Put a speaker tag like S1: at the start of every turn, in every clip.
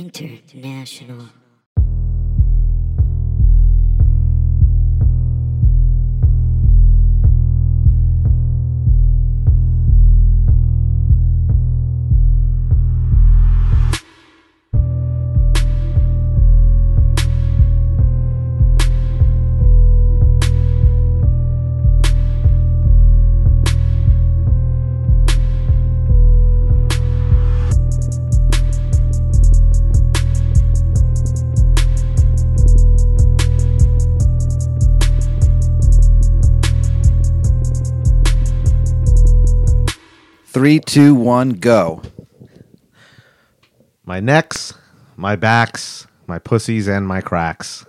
S1: International.
S2: Three, two, one, go.
S3: my necks, my backs, my pussies, and my cracks.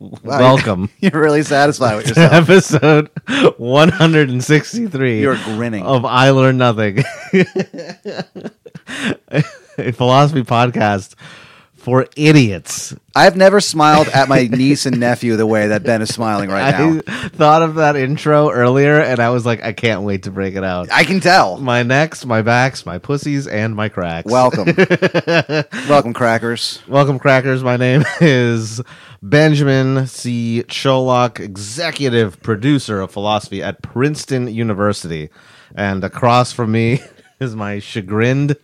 S3: Welcome
S2: You're really satisfied with
S3: to
S2: yourself.
S3: episode 163
S2: You're grinning.
S3: of I Learn Nothing, a philosophy podcast for idiots.
S2: I've never smiled at my niece and nephew the way that Ben is smiling right now.
S3: I thought of that intro earlier and I was like, I can't wait to break it out.
S2: I can tell.
S3: My necks, my backs, my pussies, and my cracks.
S2: Welcome. Welcome, crackers.
S3: Welcome, crackers. My name is Benjamin C. Cholock, executive producer of philosophy at Princeton University. And across from me is my chagrined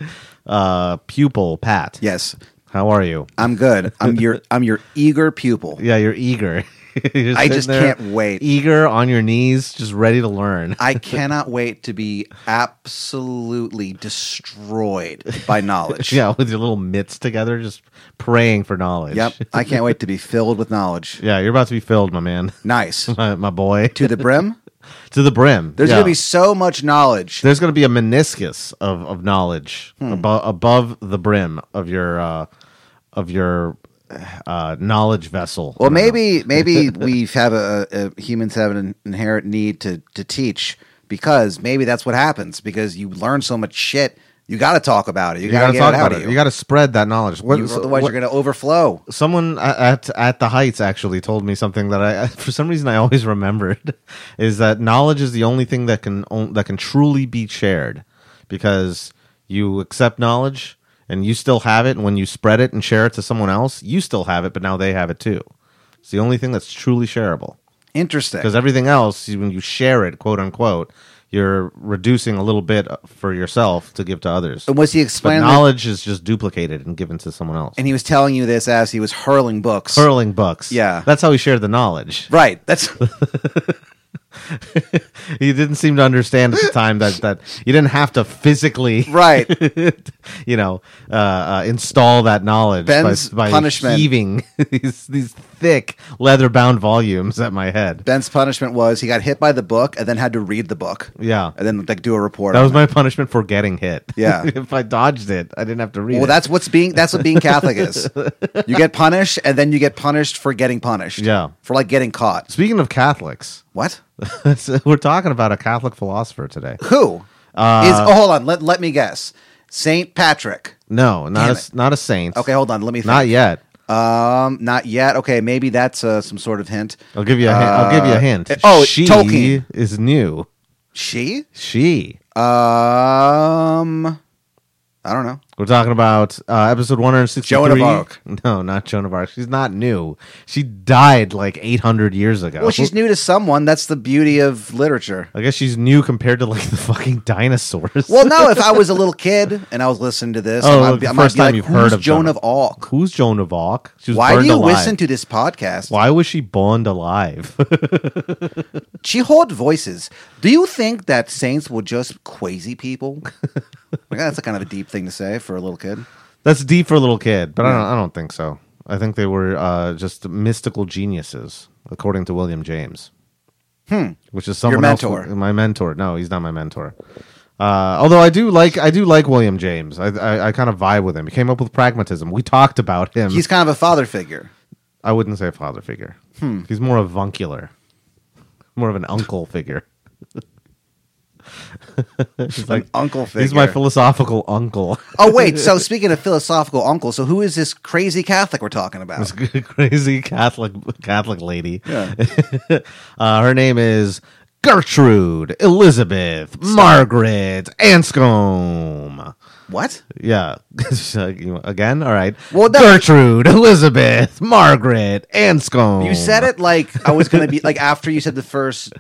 S3: uh, pupil, Pat.
S2: Yes,
S3: How are you?
S2: I'm good. I'm your I'm your eager pupil.
S3: Yeah, you're eager. You're
S2: I
S3: sitting
S2: just
S3: there,
S2: can't wait.
S3: Eager on your knees, just ready to learn.
S2: I cannot wait to be absolutely destroyed by knowledge.
S3: yeah, with your little mitts together, just praying for knowledge.
S2: Yep. I can't wait to be filled with knowledge.
S3: Yeah, you're about to be filled, my man,
S2: Nice.
S3: my, my boy,
S2: To the brim.
S3: to the brim.
S2: There's
S3: Yeah.
S2: gonna be so much knowledge.
S3: There's going to be a meniscus of, of knowledge
S2: Hmm.
S3: abo- above the brim of your uh, of your uh, knowledge vessel.
S2: Well, maybe maybe we have a, a humans have an inherent need to to teach because maybe that's what happens because you learn so much shit you got to talk about it you,
S3: you
S2: got to
S3: got to
S2: get
S3: talk
S2: it out
S3: about
S2: of
S3: it.
S2: you,
S3: You got to spread that knowledge. What,
S2: You- otherwise
S3: what-
S2: you're going to overflow.
S3: someone a- at at the Heights actually told me something that I for some reason I always remembered is that knowledge is the only thing that can on- that can truly be shared because you accept knowledge and you still have it and when you spread it and share it to someone else you still have it but now they have it too. It's the only thing that's truly shareable. because
S2: Interesting.
S3: everything else you- when you share it quote unquote you're reducing a little bit for yourself to give to others
S2: And was he
S3: but
S2: explaining? this-
S3: knowledge is just duplicated and given to someone else
S2: and he was telling you this as he was hurling books.
S3: hurling books
S2: Yeah.
S3: that's how he shared the knowledge
S2: Right. That's
S3: he didn't seem to understand at the time that that you didn't have to physically
S2: right.
S3: you know uh, uh install that knowledge
S2: Ben's
S3: by, by
S2: punishment.
S3: heaving these these thick leather bound volumes at my head
S2: Ben's punishment was he got hit by the book and then had to read the book
S3: yeah
S2: and then like do a report.
S3: that
S2: on
S3: was
S2: it.
S3: my punishment for getting hit
S2: Yeah.
S3: if i dodged it i didn't have to read
S2: Well,
S3: it.
S2: that's what's being that's what being Catholic is. You get punished, and then you get punished for getting punished.
S3: Yeah.
S2: for like getting caught.
S3: Speaking of Catholics,
S2: What?
S3: so we're talking about a Catholic philosopher today.
S2: Who is?
S3: Uh,
S2: oh, hold on. Let let me guess. Saint Patrick.
S3: No, not a,
S2: Damn
S3: s- not a saint.
S2: Okay, hold on. Let me. Think.
S3: not yet.
S2: Um, not yet. Okay, maybe that's uh, some sort of hint.
S3: I'll give you a hint. I'll give you a hint.
S2: Uh, oh,
S3: she
S2: Tolkien.
S3: is new.
S2: She.
S3: She.
S2: Um, I don't know.
S3: We're talking about uh, episode one hundred sixty-three.
S2: Joan of Arc.
S3: No, not Joan of Arc. She's not new. She died like eight hundred years ago.
S2: Well, she's new to someone. That's the beauty of literature.
S3: I guess she's new compared to like the fucking dinosaurs.
S2: Well, no. If I was a little kid and I was listening to this,
S3: Oh,
S2: I might
S3: the
S2: be, I might
S3: first
S2: be
S3: time
S2: like,
S3: you've
S2: "Who's
S3: heard of
S2: Joan
S3: Joan
S2: of Arc?"
S3: Who's Joan of Arc? She was
S2: Why do
S3: burned
S2: you
S3: alive.
S2: listen to this podcast?
S3: Why was she burned alive?
S2: She heard voices. Do you think that saints were just crazy people? Like, that's a kind of a deep thing to say for a little kid.
S3: That's deep for a little kid, but I don't. I don't think so. I think they were uh, just mystical geniuses, according to William James. Hmm. Which is someone else-
S2: mentor.
S3: my mentor. No, he's not my mentor. Uh, although I do like I do like William James. I I, I kind of vibe with him. He came up with pragmatism. We talked about him.
S2: He's kind of a father figure.
S3: I wouldn't say a father figure.
S2: Hmm.
S3: He's more avuncular, more of an uncle figure. he's like
S2: Uncle figure.
S3: he's my philosophical uncle.
S2: oh wait, so speaking of philosophical uncle, so who is this crazy Catholic we're talking about?
S3: this crazy Catholic Catholic lady.
S2: Yeah.
S3: uh, her name is Gertrude Elizabeth Margaret Anscombe.
S2: What?
S3: Yeah. So, you- Again? All right.
S2: Well, that-
S3: Gertrude, Elizabeth, Margaret, Anscombe.
S2: You said it like I was gonna be like after you said the first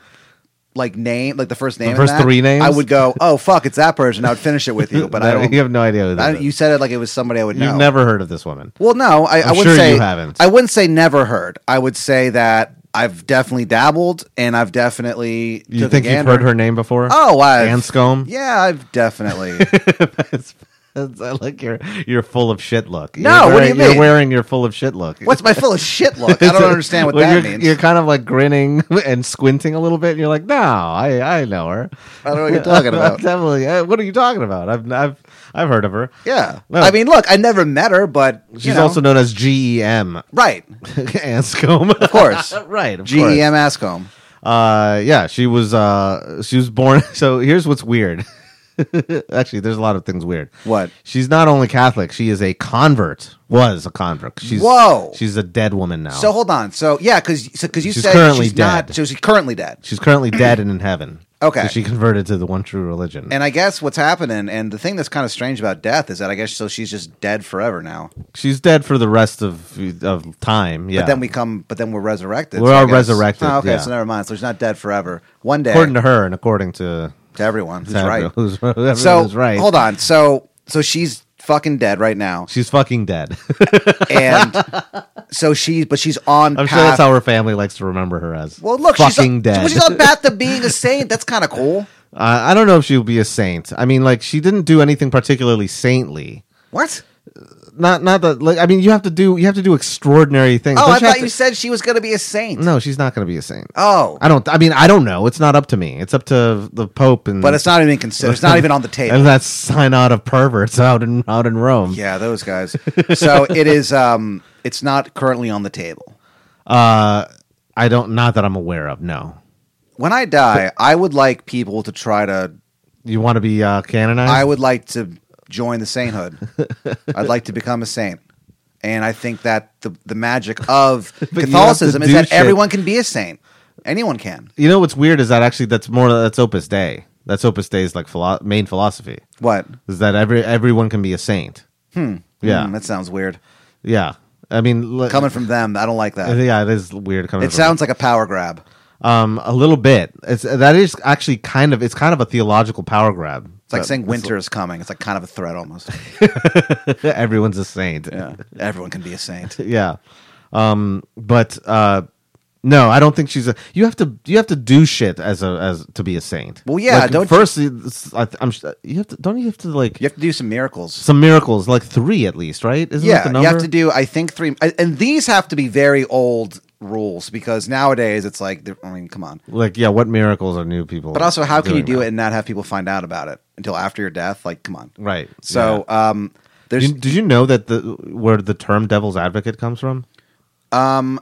S2: like name, like the first name, and
S3: first
S2: that,
S3: three names?
S2: I would go, oh fuck, it's that person. I would finish it with you, but I
S3: That-
S2: don't.
S3: You have no idea who
S2: I
S3: that
S2: don't
S3: is.
S2: you said it like it was somebody I would know.
S3: You've never heard of this woman.
S2: Well, no, I, I
S3: I'm
S2: wouldn't
S3: sure
S2: say
S3: you haven't.
S2: I wouldn't say never heard. I would say that I've definitely dabbled and I've definitely.
S3: You
S2: took a
S3: think you've
S2: gander.
S3: heard her name before?
S2: Oh, I've,
S3: Anscombe?
S2: yeah, I've definitely.
S3: It's- it's- I like your you're full of shit look. You're
S2: No, what do
S3: wearing,
S2: you
S3: You're
S2: mean?
S3: wearing your full of shit look.
S2: What's my full of shit look? I don't understand what
S3: Well,
S2: that
S3: you're,
S2: means.
S3: You're kind of like grinning and squinting a little bit. And you're like, no, I, I know her.
S2: I don't know what you're talking about.
S3: Definitely. uh, What are you talking about? I've I've I've heard of her.
S2: Yeah,
S3: No.
S2: I mean, look, I never met her, but you
S3: She's
S2: know.
S3: also known as GEM
S2: right. E
S3: Anscombe.
S2: Of course,
S3: right. Of course.
S2: GEM Ascombe.
S3: Uh, yeah, she was. Uh, she was born. So here's what's weird. Actually, there's a lot of things weird.
S2: What?
S3: She's not only Catholic. She is a convert. Was a convert. She's
S2: Whoa.
S3: She's a dead woman now.
S2: So hold on. So yeah, because because you
S3: She's
S2: said
S3: currently
S2: she's not.
S3: dead.
S2: So she's currently dead.
S3: she's currently dead and in heaven.
S2: Okay.
S3: So she converted to the one true religion.
S2: And I guess what's happening, and the thing that's kind of strange about death is that I guess so she's just dead forever now.
S3: she's dead for the rest of of time. Yeah.
S2: But then we come, but then we're resurrected.
S3: We're
S2: so I
S3: all
S2: guess-
S3: resurrected,
S2: Oh, okay,
S3: yeah.
S2: so never mind. So she's not dead forever. One day,
S3: according to her and according to
S2: to everyone, who's
S3: to
S2: right.
S3: who's, whoever
S2: So
S3: was right.
S2: hold on. So so she's fucking dead right now,
S3: She's fucking dead.
S2: and so she's but she's on.
S3: I'm
S2: path.
S3: sure that's how her family likes to remember her as.
S2: Well, look,
S3: fucking
S2: she's on,
S3: dead.
S2: Well, she's on path to being a saint. That's kind of cool.
S3: Uh, I don't know if she'll be a saint. I mean, like she didn't do anything particularly saintly.
S2: What?
S3: Not, not that. Like, I mean, you have to do you have to do extraordinary things.
S2: Oh,
S3: Don't
S2: I
S3: have
S2: thought you
S3: to-
S2: said she was going to be a saint.
S3: No, she's not going to be a saint.
S2: Oh,
S3: I don't. I mean, I don't know. It's not up to me. It's up to the Pope and.
S2: but it's not even considered. It's not even on the table.
S3: and that synod of perverts out in out in Rome.
S2: Yeah, those guys. So it is. Um, it's not currently on the table.
S3: Uh, I don't. Not that I'm aware of. No.
S2: When I die, I would like people to try to.
S3: You want to be uh, canonized?
S2: I would like to join the sainthood. I'd like to become a saint, and I think that the the magic of
S3: you have
S2: Catholicism
S3: to
S2: is
S3: do
S2: that
S3: shit.
S2: everyone can be a saint. Anyone can.
S3: you know what's weird is that actually that's more that's Opus Dei. That's Opus Dei's like philo- main philosophy
S2: What?
S3: is that every everyone can be a saint. Hmm. Yeah.
S2: Hmm, that sounds weird.
S3: Yeah. I mean, l-
S2: Coming from them, I don't like that.
S3: yeah, it is weird coming.
S2: It
S3: from-
S2: sounds like a power grab.
S3: um a little bit. It's that is actually kind of it's kind of a theological power grab.
S2: It's like
S3: But
S2: saying winter is coming. It's like kind of a threat almost.
S3: everyone's a saint.
S2: Yeah, everyone can be a saint.
S3: yeah. Um, but uh, no, I don't think she's a. You have to you have to do shit as a as to be a saint.
S2: Well, yeah,
S3: Like,
S2: don't you-
S3: first it's- I, am you have to don't you have to like
S2: You have to do some miracles.
S3: some miracles like three at least right? Isn't that
S2: yeah,
S3: the number?
S2: you have to do. I think three, I- and these have to be very old rules because nowadays it's like, they're- I mean, come on.
S3: like yeah, what miracles are new people?
S2: But also, how can you
S3: doing
S2: do
S3: now?
S2: it and not have people find out about it until after your death? Like, come on.
S3: Right.
S2: So, um,
S3: yeah.
S2: there's
S3: You- did you know that the where the term devil's advocate comes from?
S2: um,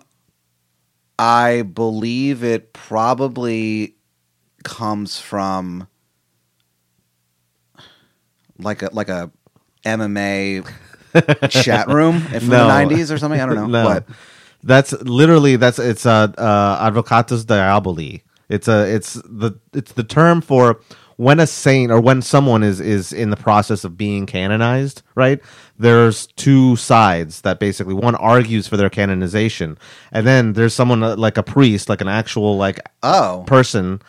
S2: I believe it probably comes from like a like a MMA chat room from
S3: No.
S2: the 90s or something. I don't know.
S3: no.
S2: What?
S3: That's literally that's it's uh, uh advocatus diaboli. It's a it's the it's the term for when a saint or when someone is is in the process of being canonized, right? There's two sides that basically one argues for their canonization, and then there's someone uh, like a priest, like an actual like
S2: Oh.
S3: person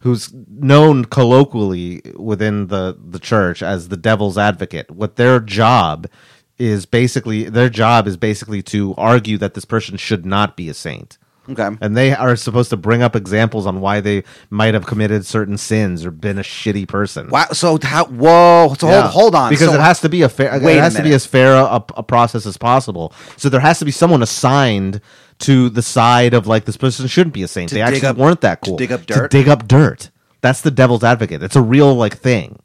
S3: who's known colloquially within the the church as the devil's advocate what their job is basically their job is basically to argue that this person should not be a saint
S2: Okay.
S3: and they are supposed to bring up examples on why they might have committed certain sins or been a shitty person
S2: Wow. So how? Whoa. So
S3: Yeah.
S2: hold, hold on.
S3: because
S2: So-
S3: it has to be a fair.
S2: Wait
S3: it
S2: a
S3: has to be
S2: minute.
S3: as fair a, a process as possible. So there has to be someone assigned to the side of like this person shouldn't be a saint. they
S2: dig
S3: actually
S2: up-
S3: weren't that
S2: to
S3: cool.
S2: dig up dirt?
S3: dig up dirt. That's the devil's advocate. It's a real like thing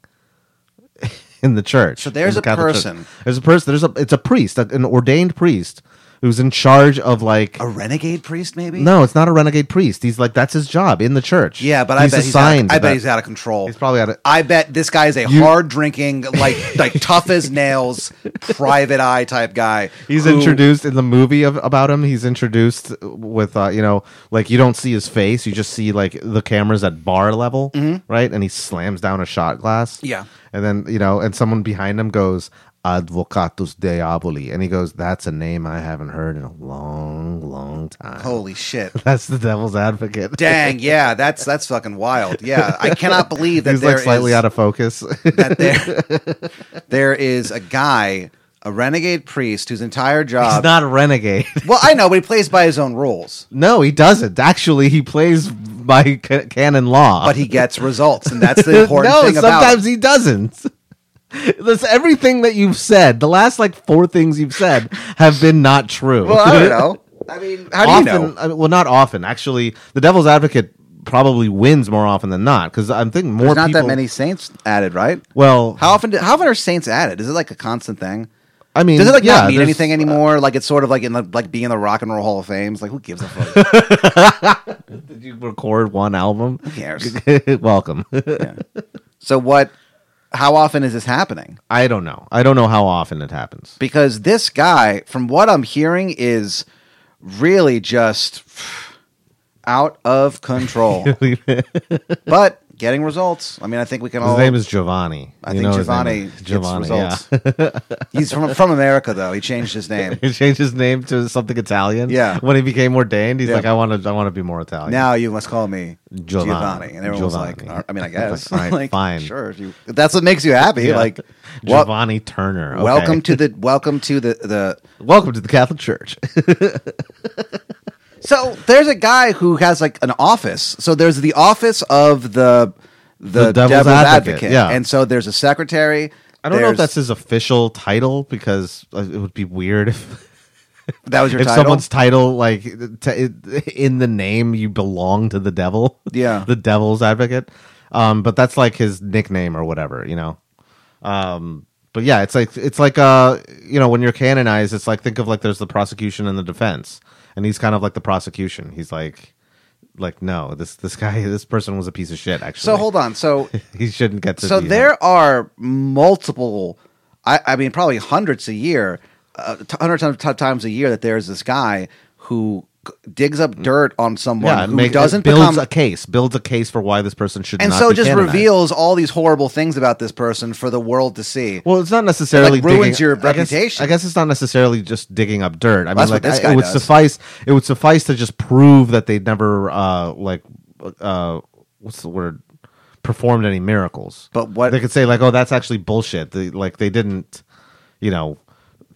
S3: in the church.
S2: So there's
S3: in
S2: a
S3: the Catholic Church.
S2: person.
S3: There's a person. There's a. It's a priest, like, an ordained priest, who's in charge of like
S2: A renegade priest, maybe?
S3: no, it's not a renegade priest. He's like that's his job in the church.
S2: Yeah, but I bet he's out,
S3: assigned
S2: I
S3: to
S2: bet
S3: that.
S2: he's out of control.
S3: He's probably out of
S2: I bet this guy is a hard drinking, like like tough as nails, private eye type guy.
S3: He's
S2: who-
S3: introduced in the movie of, about him. He's introduced with uh, you know, like you don't see his face. You just see like the cameras at bar level, right? And he slams down a shot glass.
S2: Mm-hmm. Yeah.
S3: and then you know, and someone behind him goes "Advocatus Diaboli," and he goes, "That's a name I haven't heard in a long, long time."
S2: Holy shit!
S3: That's the devil's advocate.
S2: Dang, yeah, that's that's fucking wild. Yeah, I cannot believe that
S3: He's
S2: there is
S3: like
S2: Uh,
S3: slightly out of focus.
S2: that there there is a guy, a renegade priest, whose entire
S3: He's
S2: job.
S3: not a renegade.
S2: well, I know, but he plays by his own rules.
S3: no, he doesn't. Actually, he plays by ca- canon law.
S2: But he gets results, and that's the important
S3: no,
S2: thing about.
S3: sometimes he doesn't. That's everything that you've said. The last like four things you've said have been not true.
S2: well, I don't know. I mean, how do
S3: often,
S2: you know?
S3: I mean, well, not often. Actually, the devil's advocate probably wins more often than not because I'm thinking more
S2: There's not
S3: people.
S2: that many saints added, right?
S3: Well,
S2: How often? Do, how often are saints added? Is it like a constant thing?
S3: I mean,
S2: Does it like
S3: yeah,
S2: not mean
S3: there's-
S2: anything anymore? like it's sort of like in the like being in the Rock and Roll Hall of Fame. It's like who gives a fuck?
S3: Did you record one album?
S2: Who cares?
S3: Welcome.
S2: So what? How often is this happening?
S3: I don't know. I don't know how often it happens.
S2: Because this guy, from what I'm hearing, is really just out of control,
S3: His
S2: but getting results. I mean, I think we can all.
S3: name is Giovanni.
S2: I
S3: You
S2: think
S3: know his name
S2: Giovanni gets
S3: is- Giovanni. yeah.
S2: results. He's from from America though. He changed his name.
S3: he changed his name to something Italian.
S2: Yeah.
S3: When he became ordained, he's
S2: Yeah.
S3: like, I want to, I want to be more Italian.
S2: Now you must call me Giovanni,
S3: Giovanni.
S2: and everyone's
S3: Giovanni.
S2: like, "All right," "I mean, I
S3: It's like,
S2: guess,
S3: all right,
S2: Like,
S3: fine.
S2: sure." If you, if that's what makes you happy,
S3: Yeah.
S2: like, well,
S3: Giovanni Turner. okay.
S2: welcome to the welcome to the the
S3: welcome to the Catholic Church.
S2: so there's a guy who has like an office so there's the office of the the,
S3: The
S2: devil's,
S3: devil's
S2: advocate,
S3: advocate, yeah.
S2: and so there's a secretary
S3: I don't know if
S2: there's-
S3: that's his official title because uh, it would be weird if,
S2: that was your
S3: if
S2: title
S3: someone's title, like t- in the name, you belong to the devil.
S2: Yeah.
S3: the devil's advocate. Um, but that's like his nickname or whatever, you know. Um, but yeah, it's like it's like uh, you know, when you're canonized, it's like think of like there's the prosecution and the defense, and he's kind of like the prosecution. He's like, like no, this this guy, this person was a piece of shit. Actually,
S2: so hold on so
S3: he shouldn't get to.
S2: so
S3: be-
S2: there are multiple I, I mean probably hundreds a year uh, t- hundreds of t- times a year that there's this guy who c- digs up dirt on someone
S3: Mm. yeah,
S2: who
S3: make,
S2: doesn't
S3: builds
S2: become
S3: a case, builds a case for why this person should,
S2: and
S3: not
S2: so
S3: be
S2: just
S3: canonized.
S2: reveals all these horrible things about this person for the world to see
S3: Well, it's not necessarily
S2: It, like, ruins
S3: digging-
S2: your
S3: I guess-
S2: reputation.
S3: I guess, it's not necessarily just digging up dirt. I mean,
S2: That's what
S3: like
S2: this
S3: I-
S2: guy
S3: it would
S2: does.
S3: suffice. It would suffice to just prove that they never, uh, like, uh, what's the word? Performed any miracles.
S2: But what-
S3: they could say, like, oh, that's actually bullshit. They, like, they didn't, you know,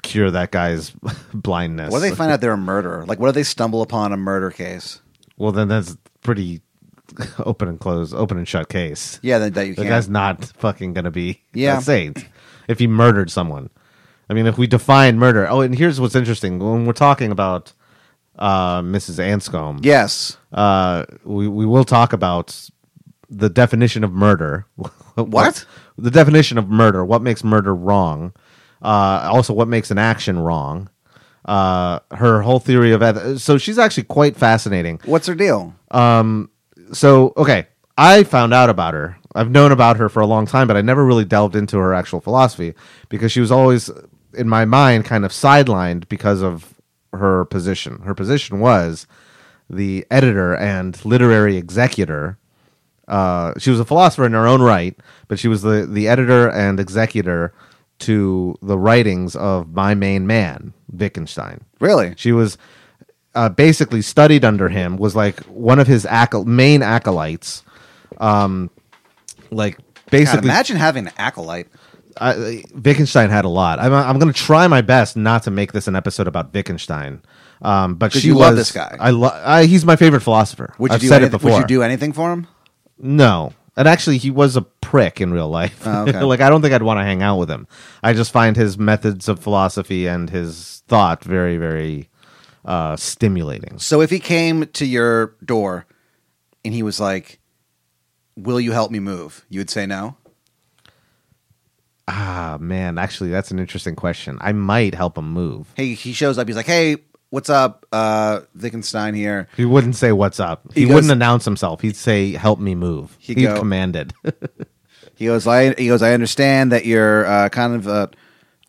S3: cure that guy's blindness.
S2: What do they find out they're a murderer? Like, what do they stumble upon a murder case?
S3: Well, then that's pretty open and close, open and shut case.
S2: Yeah, that, that you
S3: The
S2: can't.
S3: guy's not fucking gonna be
S2: Yeah.
S3: a saint if he murdered someone. I mean, if we define murder. Oh, and here's what's interesting: when we're talking about uh, Mrs. Anscombe,
S2: yes.
S3: uh, we we will talk about the definition of murder.
S2: What?
S3: the definition of murder? What makes murder wrong? Uh, also, what makes an action wrong? Uh, her whole theory of eth- so she's actually quite fascinating
S2: What's their deal?
S3: so okay i found out about her i've known about her for a long time but i never really delved into her actual philosophy because she was always in my mind kind of sidelined because of her position her position was the editor and literary executor uh, she was a philosopher in her own right but she was the, the editor and executor to the writings of my main man wittgenstein
S2: really?
S3: she was uh, basically studied under him. Was like one of his acol- main acolytes. Um, like
S2: God,
S3: basically,
S2: imagine having an acolyte.
S3: I, Wittgenstein had a lot. I'm, I'm going to try my best not to make this an episode about Wittgenstein. Um, but
S2: 'Cause
S3: she
S2: you
S3: was,
S2: love this guy.
S3: I, lo- I he's my favorite philosopher.
S2: Would you
S3: I've
S2: do
S3: said
S2: anyth-
S3: it before.
S2: Would you do anything for him?
S3: No. And actually, he was a prick in real life.
S2: Oh, okay.
S3: like, I don't think I'd want to hang out with him. I just find his methods of philosophy and his thought very, very uh, stimulating.
S2: So if he came to your door and he was like, "Will you help me move?" You would say no.
S3: Ah, man, actually, that's an interesting question. I might help him move.
S2: Hey, he shows up. He's like, "Hey, what's up? Uh, Wittgenstein here.
S3: He wouldn't say what's up. He,
S2: He goes-
S3: wouldn't announce himself. He'd say, "Help me move."
S2: He'd
S3: He'd
S2: go-
S3: command it.
S2: He goes, I, he goes, I understand that you're uh, kind of, uh,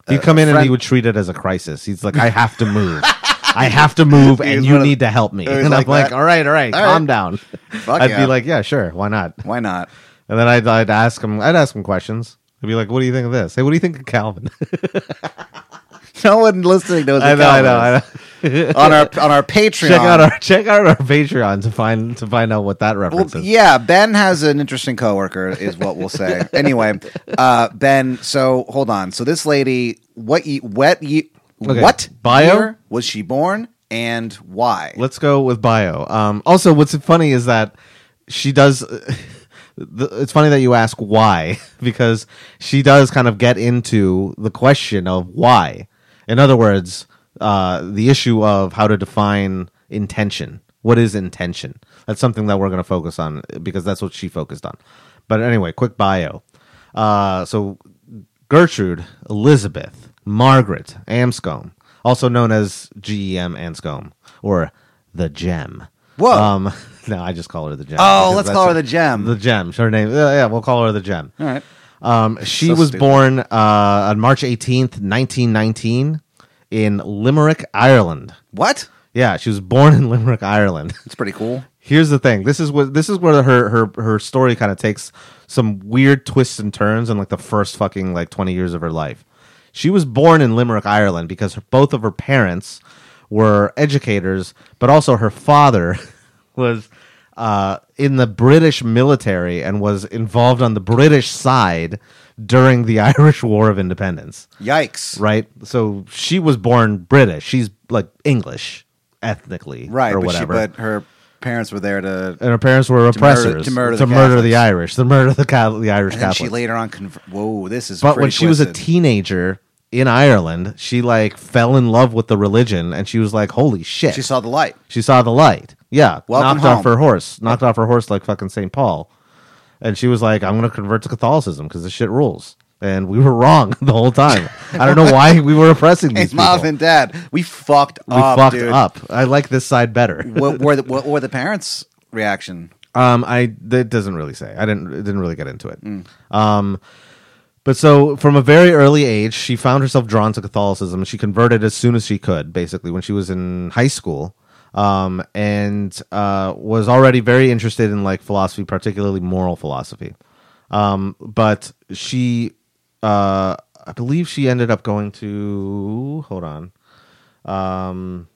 S3: He'd come in and he
S2: friend-
S3: would treat it as a crisis. He's like, "I have to move. I have to move,
S2: He was
S3: and you
S2: one of-
S3: need to help me."
S2: he was
S3: And
S2: like
S3: I'm like,
S2: that.
S3: "All right, all right,
S2: All
S3: calm
S2: right.
S3: down."
S2: Fuck
S3: I'd
S2: yeah.
S3: be like, "Yeah, sure, why not?"
S2: why not?
S3: And then I'd, I'd ask him. I'd ask him questions. I'd be like, "What do you think of this? Hey, what do you think of Calvin?"
S2: No one listening knows.
S3: I
S2: what
S3: know, I
S2: Calvin
S3: know, I
S2: is.
S3: know.
S2: On our on our Patreon,
S3: Check out our check out our Patreon to find to find out what that
S2: Well,
S3: reference is.
S2: yeah, Ben has an interesting coworker, is what we'll say. anyway, uh, Ben. So hold on. So this lady, what ye, what ye,
S3: Okay.
S2: what
S3: Bio?
S2: year was she born and why?
S3: Let's go with bio. Um, also, what's funny is that she does. the- It's funny that you ask why because she does kind of get into the question of why. In other words, uh, the issue of how to define intention. What is intention? That's something that we're going to focus on because that's what she focused on. But anyway, quick bio. Uh, so Gertrude, Elizabeth, Margaret Anscombe, also known as GEM Anscombe or the Gem.
S2: Whoa.
S3: Um, no, I just call her the
S2: Oh,
S3: Gem. because
S2: let's
S3: that's
S2: call her the Gem.
S3: The Gem. Her name. yeah, yeah, we'll call her the Gem.
S2: All right.
S3: Um, she
S2: Mm, So
S3: was
S2: stupid.
S3: born uh, on March 18th, 1919, in Limerick, Ireland.
S2: What?
S3: Yeah, she was born in Limerick, Ireland.
S2: It's pretty cool.
S3: Here's the thing. This is what this is where her her her story kind of takes some weird twists and turns in like the first fucking like 20 years of her life. She was born in Limerick, Ireland because her, both of her parents were educators, but also her father was uh, in the British military and was involved on the British side during the Irish War of Independence
S2: Yikes!
S3: right? So she was born British. She's like English ethnically,
S2: Right,
S3: or
S2: but, she,
S3: whatever. Uh,
S2: but her parents were there to.
S3: and her parents were
S2: murder-
S3: oppressors
S2: to murder
S3: to
S2: the
S3: murder the
S2: Catholics.
S3: Irish, to murder the Catholic, the Irish
S2: And then she
S3: Catholics.
S2: later on. Conver- Whoa, this is.
S3: but when
S2: pretty
S3: she was a
S2: twisted.
S3: teenager in Ireland, she like fell in love with the religion, and she was like, "Holy shit!"
S2: she saw the light.
S3: She saw the light. Yeah.
S2: Welcome
S3: knocked off
S2: home.
S3: her horse. Knocked off her horse like fucking St. Paul. And she was like, I'm going to convert to Catholicism because this shit rules. And we were wrong the whole time. I don't know why we were oppressing
S2: Hey,
S3: these people.
S2: mom and dad, we fucked
S3: we
S2: up.
S3: fucked
S2: dude.
S3: up. I like this side better.
S2: What were the, what were the parents' reaction?
S3: Um, I that doesn't really say. I didn't it didn't really get into
S2: Mm.
S3: it. Um, but so from a very early age, she found herself drawn to Catholicism. She converted as soon as she could, basically when she was in high school, um, and uh, was already very interested in like philosophy, particularly moral philosophy. Um, but she, uh, I believe she ended up going to hold on. Um,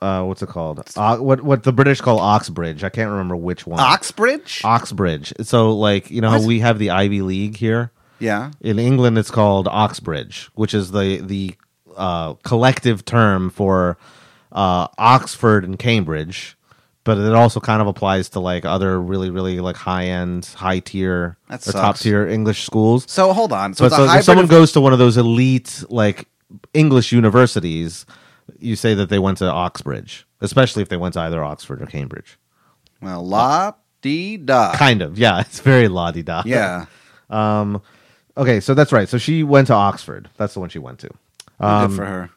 S3: Uh, what's it called? Uh, what what the British call Oxbridge? I can't remember which one.
S2: Oxbridge.
S3: Oxbridge. So like you know how
S2: What?
S3: we have the Ivy League here
S2: yeah.
S3: in England, it's called Oxbridge, which is the the uh, collective term for uh, Oxford and Cambridge, but it also kind of applies to like other really really like high end, high tier, or
S2: That
S3: top
S2: sucks.
S3: tier English schools.
S2: So hold on. So
S3: But
S2: it's a
S3: so
S2: hybrid.
S3: if someone
S2: of-
S3: goes to one of those elite like English universities, you say that they went to Oxbridge, especially if they went to either Oxford or Cambridge.
S2: well, la dee da.
S3: Kind of, yeah. It's very la di da.
S2: Uh, Yeah.
S3: Um, Okay, so that's right. So she went to Oxford. That's the one she went to. Um,
S2: Good for her.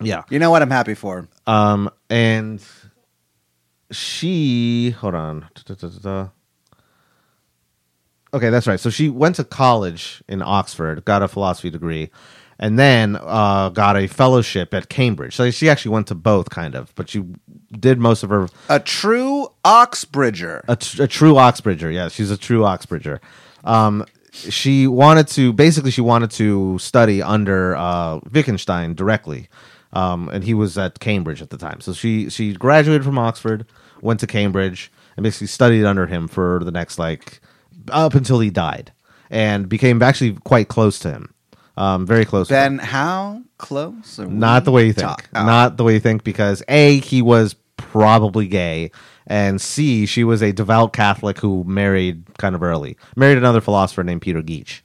S3: Yeah.
S2: You know what? I'm happy for. her.
S3: Um, and she hold on. Da-da-da-da-da. Okay, that's right. So she went to college in Oxford, got a philosophy degree, and then uh, got a fellowship at Cambridge. So she actually went to both, kind of, but she did most of her
S2: A true Oxbridger.
S3: a, tr- a true Oxbridger. Yeah, she's a true Oxbridger. Um, she wanted to basically she wanted to study under uh, Wittgenstein directly, um, and he was at Cambridge at the time. So she she graduated from Oxford, went to Cambridge, and basically studied under him for the next like up until he died, and became actually quite close to him, um, very close. to him.
S2: then how close? Are we?
S3: Not the way you think.
S2: Talk. Oh.
S3: Not the way you think because A, he was probably gay, and C, she was a devout Catholic who married kind of early. Married another philosopher named Peter Geach.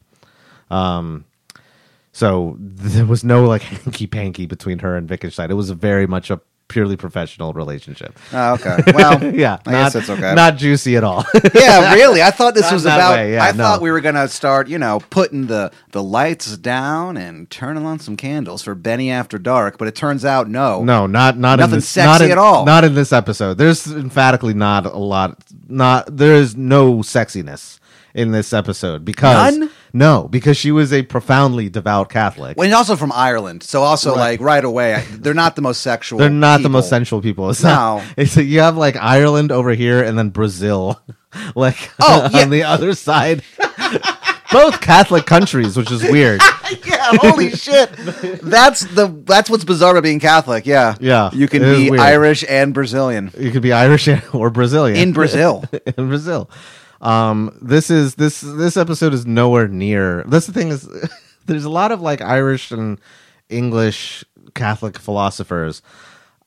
S3: Um so there was no like hanky panky between her and Wittgenstein. It was very much a purely professional relationship.
S2: Oh, okay. Well,
S3: yeah,
S2: I
S3: not,
S2: guess that's okay.
S3: Not juicy at all.
S2: yeah, really. I thought this
S3: Not
S2: was
S3: that
S2: about.
S3: way, yeah,
S2: I
S3: no.
S2: thought we were gonna start, you know, putting the the lights down and turning on some candles for Benny after dark. But it turns out no.
S3: no, not not in
S2: Nothing
S3: this,
S2: sexy
S3: not in-
S2: at all.
S3: Not in this episode. There's emphatically not a lot. Not there is no sexiness in this episode because
S2: None?
S3: no, because she was a profoundly devout Catholic.
S2: Well, and also from Ireland, so also like right away, I- they're not the most sexual.
S3: They're not the
S2: people.
S3: most sensual people. It's
S2: No.
S3: not- it's you have like Ireland over here and then Brazil, like
S2: Oh, yeah.
S3: on the other side. Both Catholic countries, which is weird.
S2: yeah, holy shit. That's the that's what's bizarre about being Catholic. Yeah,
S3: Yeah,
S2: You can
S3: it is
S2: be
S3: weird.
S2: Irish and Brazilian
S3: You could be Irish or Brazilian
S2: in Brazil.
S3: in Brazil. Um, this is this this episode is nowhere near. That's the thing is, there's a lot of like Irish and English Catholic philosophers.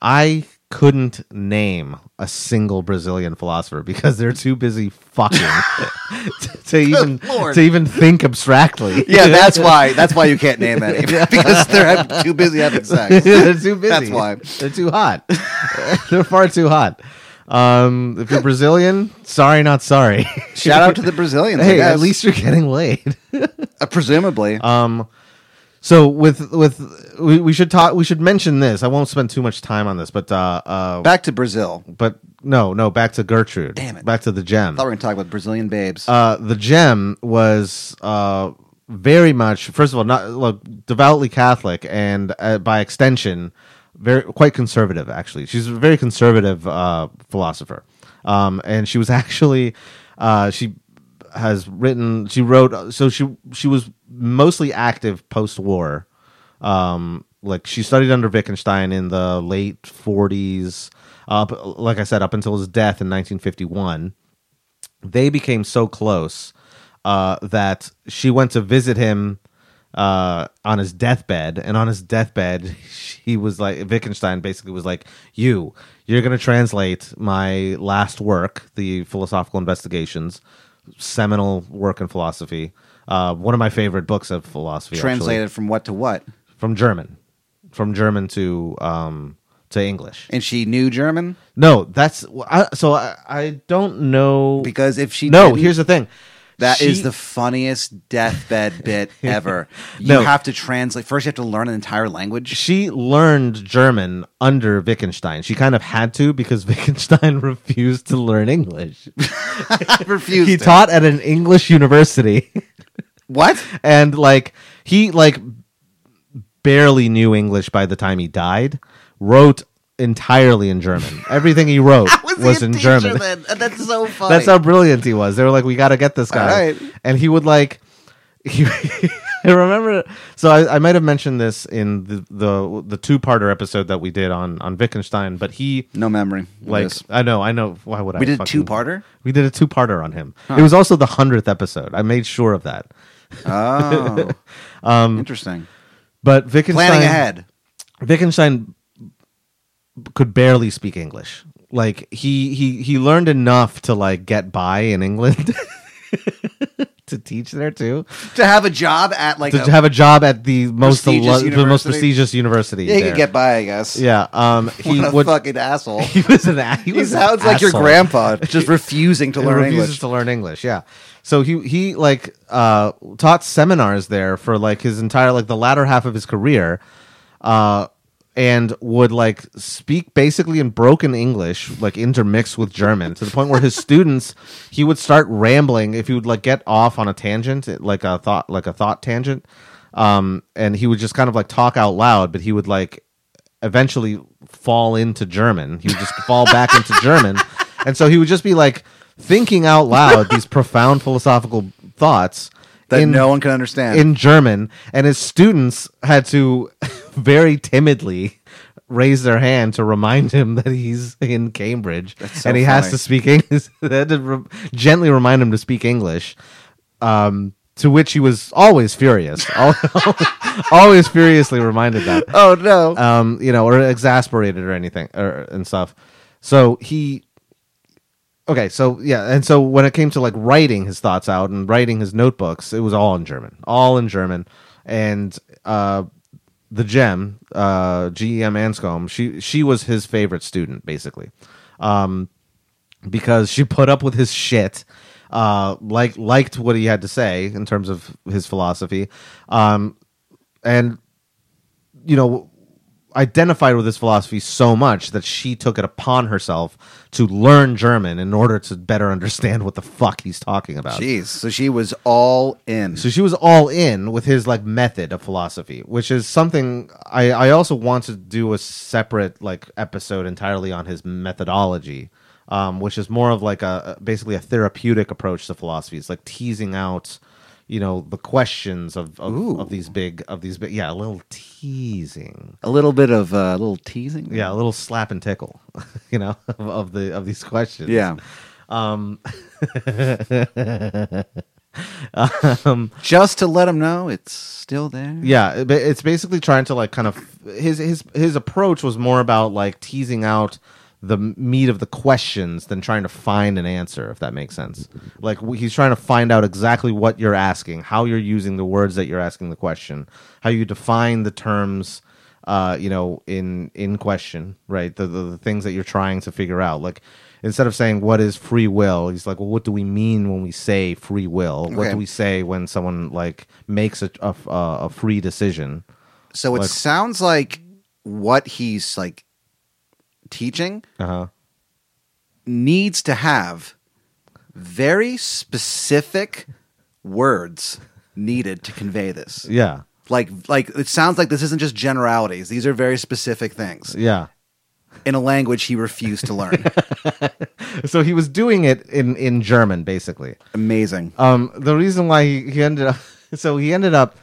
S3: I couldn't name a single Brazilian philosopher because they're too busy fucking to, to even
S2: Lord.
S3: to even think abstractly.
S2: yeah, that's why that's why you can't name any because they're too busy having sex.
S3: they're too busy.
S2: That's why.
S3: they're too hot. they're far too hot. Um, if you're Brazilian, sorry, not sorry.
S2: Shout out to the Brazilians. I
S3: hey, at
S2: guess.
S3: least you're getting laid.
S2: Uh, presumably.
S3: Um, so with with we, we should talk. We should mention this. I won't spend too much time on this, but uh, uh,
S2: Back to Brazil. I
S3: but no, no, back to Gertrude.
S2: Damn it.
S3: back to the gem.
S2: thought we were going to talk about Brazilian babes.
S3: Uh, the gem was uh very much first of all not look devoutly Catholic and uh, by extension very quite conservative actually. She's a very conservative uh philosopher, um, and she was actually uh she has written she wrote so she she was mostly active post war um like she studied under Wittgenstein in the late 40s up like I said up until his death in 1951 they became so close uh that she went to visit him uh on his deathbed and on his deathbed she was like Wittgenstein basically was like you you're going to translate my last work the philosophical investigations seminal work in philosophy uh one of my favorite books of philosophy actually
S2: translated from what to what?
S3: from German, from German to um to English.
S2: And she knew German?
S3: No, that's I, so I, I don't know
S2: Because if she
S3: no.
S2: didn't,
S3: Here's the thing.
S2: that is
S3: She-
S2: the funniest deathbed bit ever. You
S3: No.
S2: have to translate. First, you have to learn an entire language.
S3: she learned German under Wittgenstein. She kind of had to because Wittgenstein refused to learn English.
S2: I refuse.
S3: he
S2: to.
S3: taught at an English university.
S2: what?
S3: and like he like barely knew English by the time he died. Wrote entirely in German. Everything he wrote
S2: Was,
S3: was,
S2: he a
S3: in
S2: teacher
S3: German.
S2: Then? And That's so funny.
S3: That's how brilliant he was. They were like, we got to get this guy.
S2: All right.
S3: And he would like, he, I remember. So I, I might have mentioned this in the the, the two parter episode that we did on on Wittgenstein, but he
S2: no memory. of
S3: like
S2: this.
S3: I know I know why would I
S2: we did
S3: fucking-
S2: two parter.
S3: we did a two parter on him. It was also the hundredth episode. I made sure of that.
S2: Oh,
S3: Um,
S2: interesting.
S3: But Wittgenstein
S2: Planning ahead.
S3: Wittgenstein could barely speak English. Like he he he learned enough to like get by in England to teach there too.
S2: To have a job at like
S3: to
S2: a,
S3: have a job at the most
S2: Prestigious
S3: the most
S2: university?
S3: prestigious university.
S2: yeah, he
S3: there.
S2: could get by, I guess.
S3: Yeah, um, he
S2: what a
S3: would.
S2: fucking asshole.
S3: He was an. a- He,
S2: He
S3: was an
S2: sounds like your
S3: asshole.
S2: grandpa, just refusing to
S3: He
S2: learn
S3: refuses
S2: English.
S3: to learn English. Yeah, so he he like uh, taught seminars there for like his entire like the latter half of his career, uh, and would like speak basically in broken English, like intermixed with German, to the point where his students he would start rambling if he would like get off on a tangent, like a thought like a thought tangent, um, and he would just kind of like talk out loud, but he would like eventually fall into German. He would just fall back into German. And so he would just be like thinking out loud these profound philosophical thoughts
S2: that
S3: in,
S2: no one can understand.
S3: in German. And his students had to very timidly raise their hand to remind him that he's in Cambridge
S2: so
S3: and he has
S2: funny.
S3: to speak English. they had to re- gently remind him to speak English. Um, to which he was always furious, Al- always furiously reminded that
S2: oh no!
S3: um, you know, or exasperated or anything or and stuff. So he Okay, so yeah, and so when it came to like writing his thoughts out and writing his notebooks, it was all in German. All in German. And uh the gem, uh, G.E.M. Anscombe, she she was his favorite student basically, um, because she put up with his shit, uh, like liked what he had to say in terms of his philosophy, um, and you know identified with his philosophy so much that she took it upon herself to learn German in order to better understand what the fuck he's talking about.
S2: Jeez. So she was all in.
S3: So she was all in with his like method of philosophy, which is something I, I also want to do a separate like episode entirely on his methodology, um, which is more of like a basically a therapeutic approach to philosophy. It's like teasing out, you know, the questions of of, of these big of these big yeah, a little teasing,
S2: a little bit of uh, a little teasing.
S3: yeah, a little slap and tickle, you know, of, of the of these questions.
S2: Yeah. Um, just to let him know it's still there.
S3: Yeah, it- it's basically trying to like kind of his his his approach was more about like teasing out the meat of the questions than trying to find an answer if that makes sense. Like wh- he's trying to find out exactly what you're asking, how you're using the words that you're asking the question, how you define the terms uh, you know, in in question, right? The, the the things that you're trying to figure out. Like instead of saying what is free will, he's like, well, what do we mean when we say free will? What
S2: Okay.
S3: do we say when someone like makes a a, a- a free decision?
S2: So it
S3: Like-
S2: sounds like what he's like teaching
S3: Uh huh.
S2: needs to have very specific words needed to convey this.
S3: Yeah.
S2: Like like it sounds like this isn't just generalities. These are very specific things
S3: Yeah.
S2: in a language he refused to learn.
S3: So he was doing it in in German, basically.
S2: Amazing.
S3: Um, the reason why he, he ended up so he ended up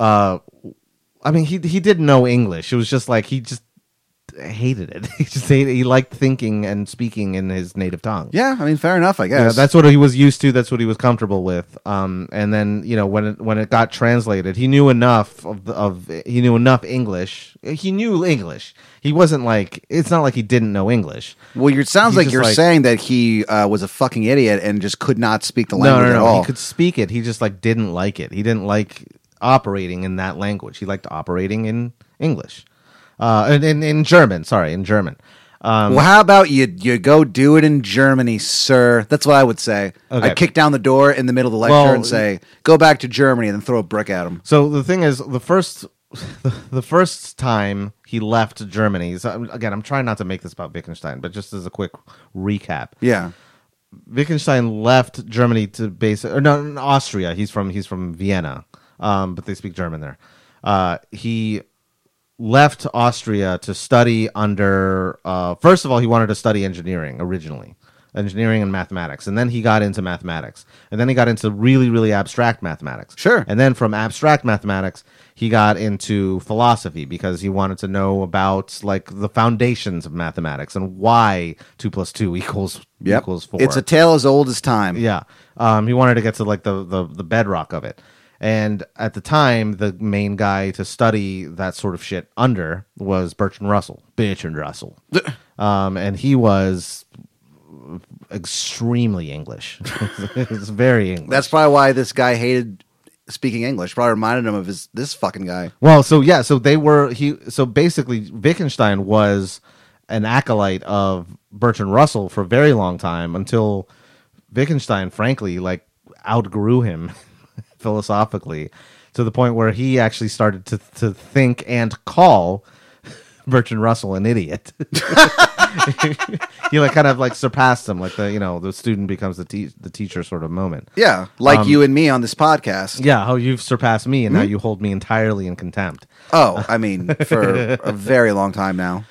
S3: uh I mean he he did know English. It was just like he just hated it. He just hated, he liked thinking and speaking in his native tongue.
S2: Yeah, I mean fair enough, I guess.
S3: Yeah, that's what he was used to. That's what he was comfortable with. Um, and then you know when it, when it got translated, he knew enough of the, of he knew enough English. He knew English. He wasn't like it's not like he didn't know English.
S2: Well, you- it sounds
S3: He's
S2: like
S3: just
S2: you're
S3: like-
S2: saying that he uh, was a fucking idiot and just could not speak the
S3: No,
S2: language
S3: no,
S2: at
S3: no.
S2: all.
S3: He could speak it. He just like didn't like it. He didn't like operating in that language. He liked operating in English, uh, in, in in German. Sorry, in German. Um,
S2: well, how about you? You go do it in Germany, sir. That's what I would say.
S3: Okay.
S2: I'd kick down the door in the middle of the lecture
S3: Well,
S2: and say, "Go back to Germany," and then throw a brick at him.
S3: So the thing is, the first, the first time he left Germany. So again, I'm trying not to make this about Wittgenstein, but just as a quick recap,
S2: Yeah,
S3: Wittgenstein left Germany to base or no, no, Austria. He's from he's from Vienna, um, but they speak German there. Uh, he left Austria to study under. Uh, first of all, he wanted to study engineering originally, engineering and mathematics, and then he got into mathematics, and then he got into really really abstract mathematics.
S2: Sure.
S3: And then from abstract mathematics, he got into philosophy because he wanted to know about like the foundations of mathematics and why two plus two equals
S2: yep.
S3: equals four.
S2: It's a tale as old as time.
S3: Yeah. Um, he wanted to get to like the, the the bedrock of it. And at the time, the main guy to study that sort of shit under was Bertrand Russell. Bertrand Russell. um, and he was extremely English. it's very English.
S2: That's probably why this guy hated speaking English. Probably reminded him of his this fucking guy.
S3: Well, so yeah, so they were he so basically Wittgenstein was an acolyte of Bertrand Russell for a very long time until Wittgenstein frankly like outgrew him philosophically to the point where he actually started to to think and call Bertrand Russell an idiot. he like kind of like surpassed him like the you know the student becomes the te- the teacher sort of moment.
S2: Yeah, like you and me on this podcast.
S3: Um, Yeah, how you've surpassed me and now you hold me entirely in contempt.
S2: Oh, I mean, for a very long time now.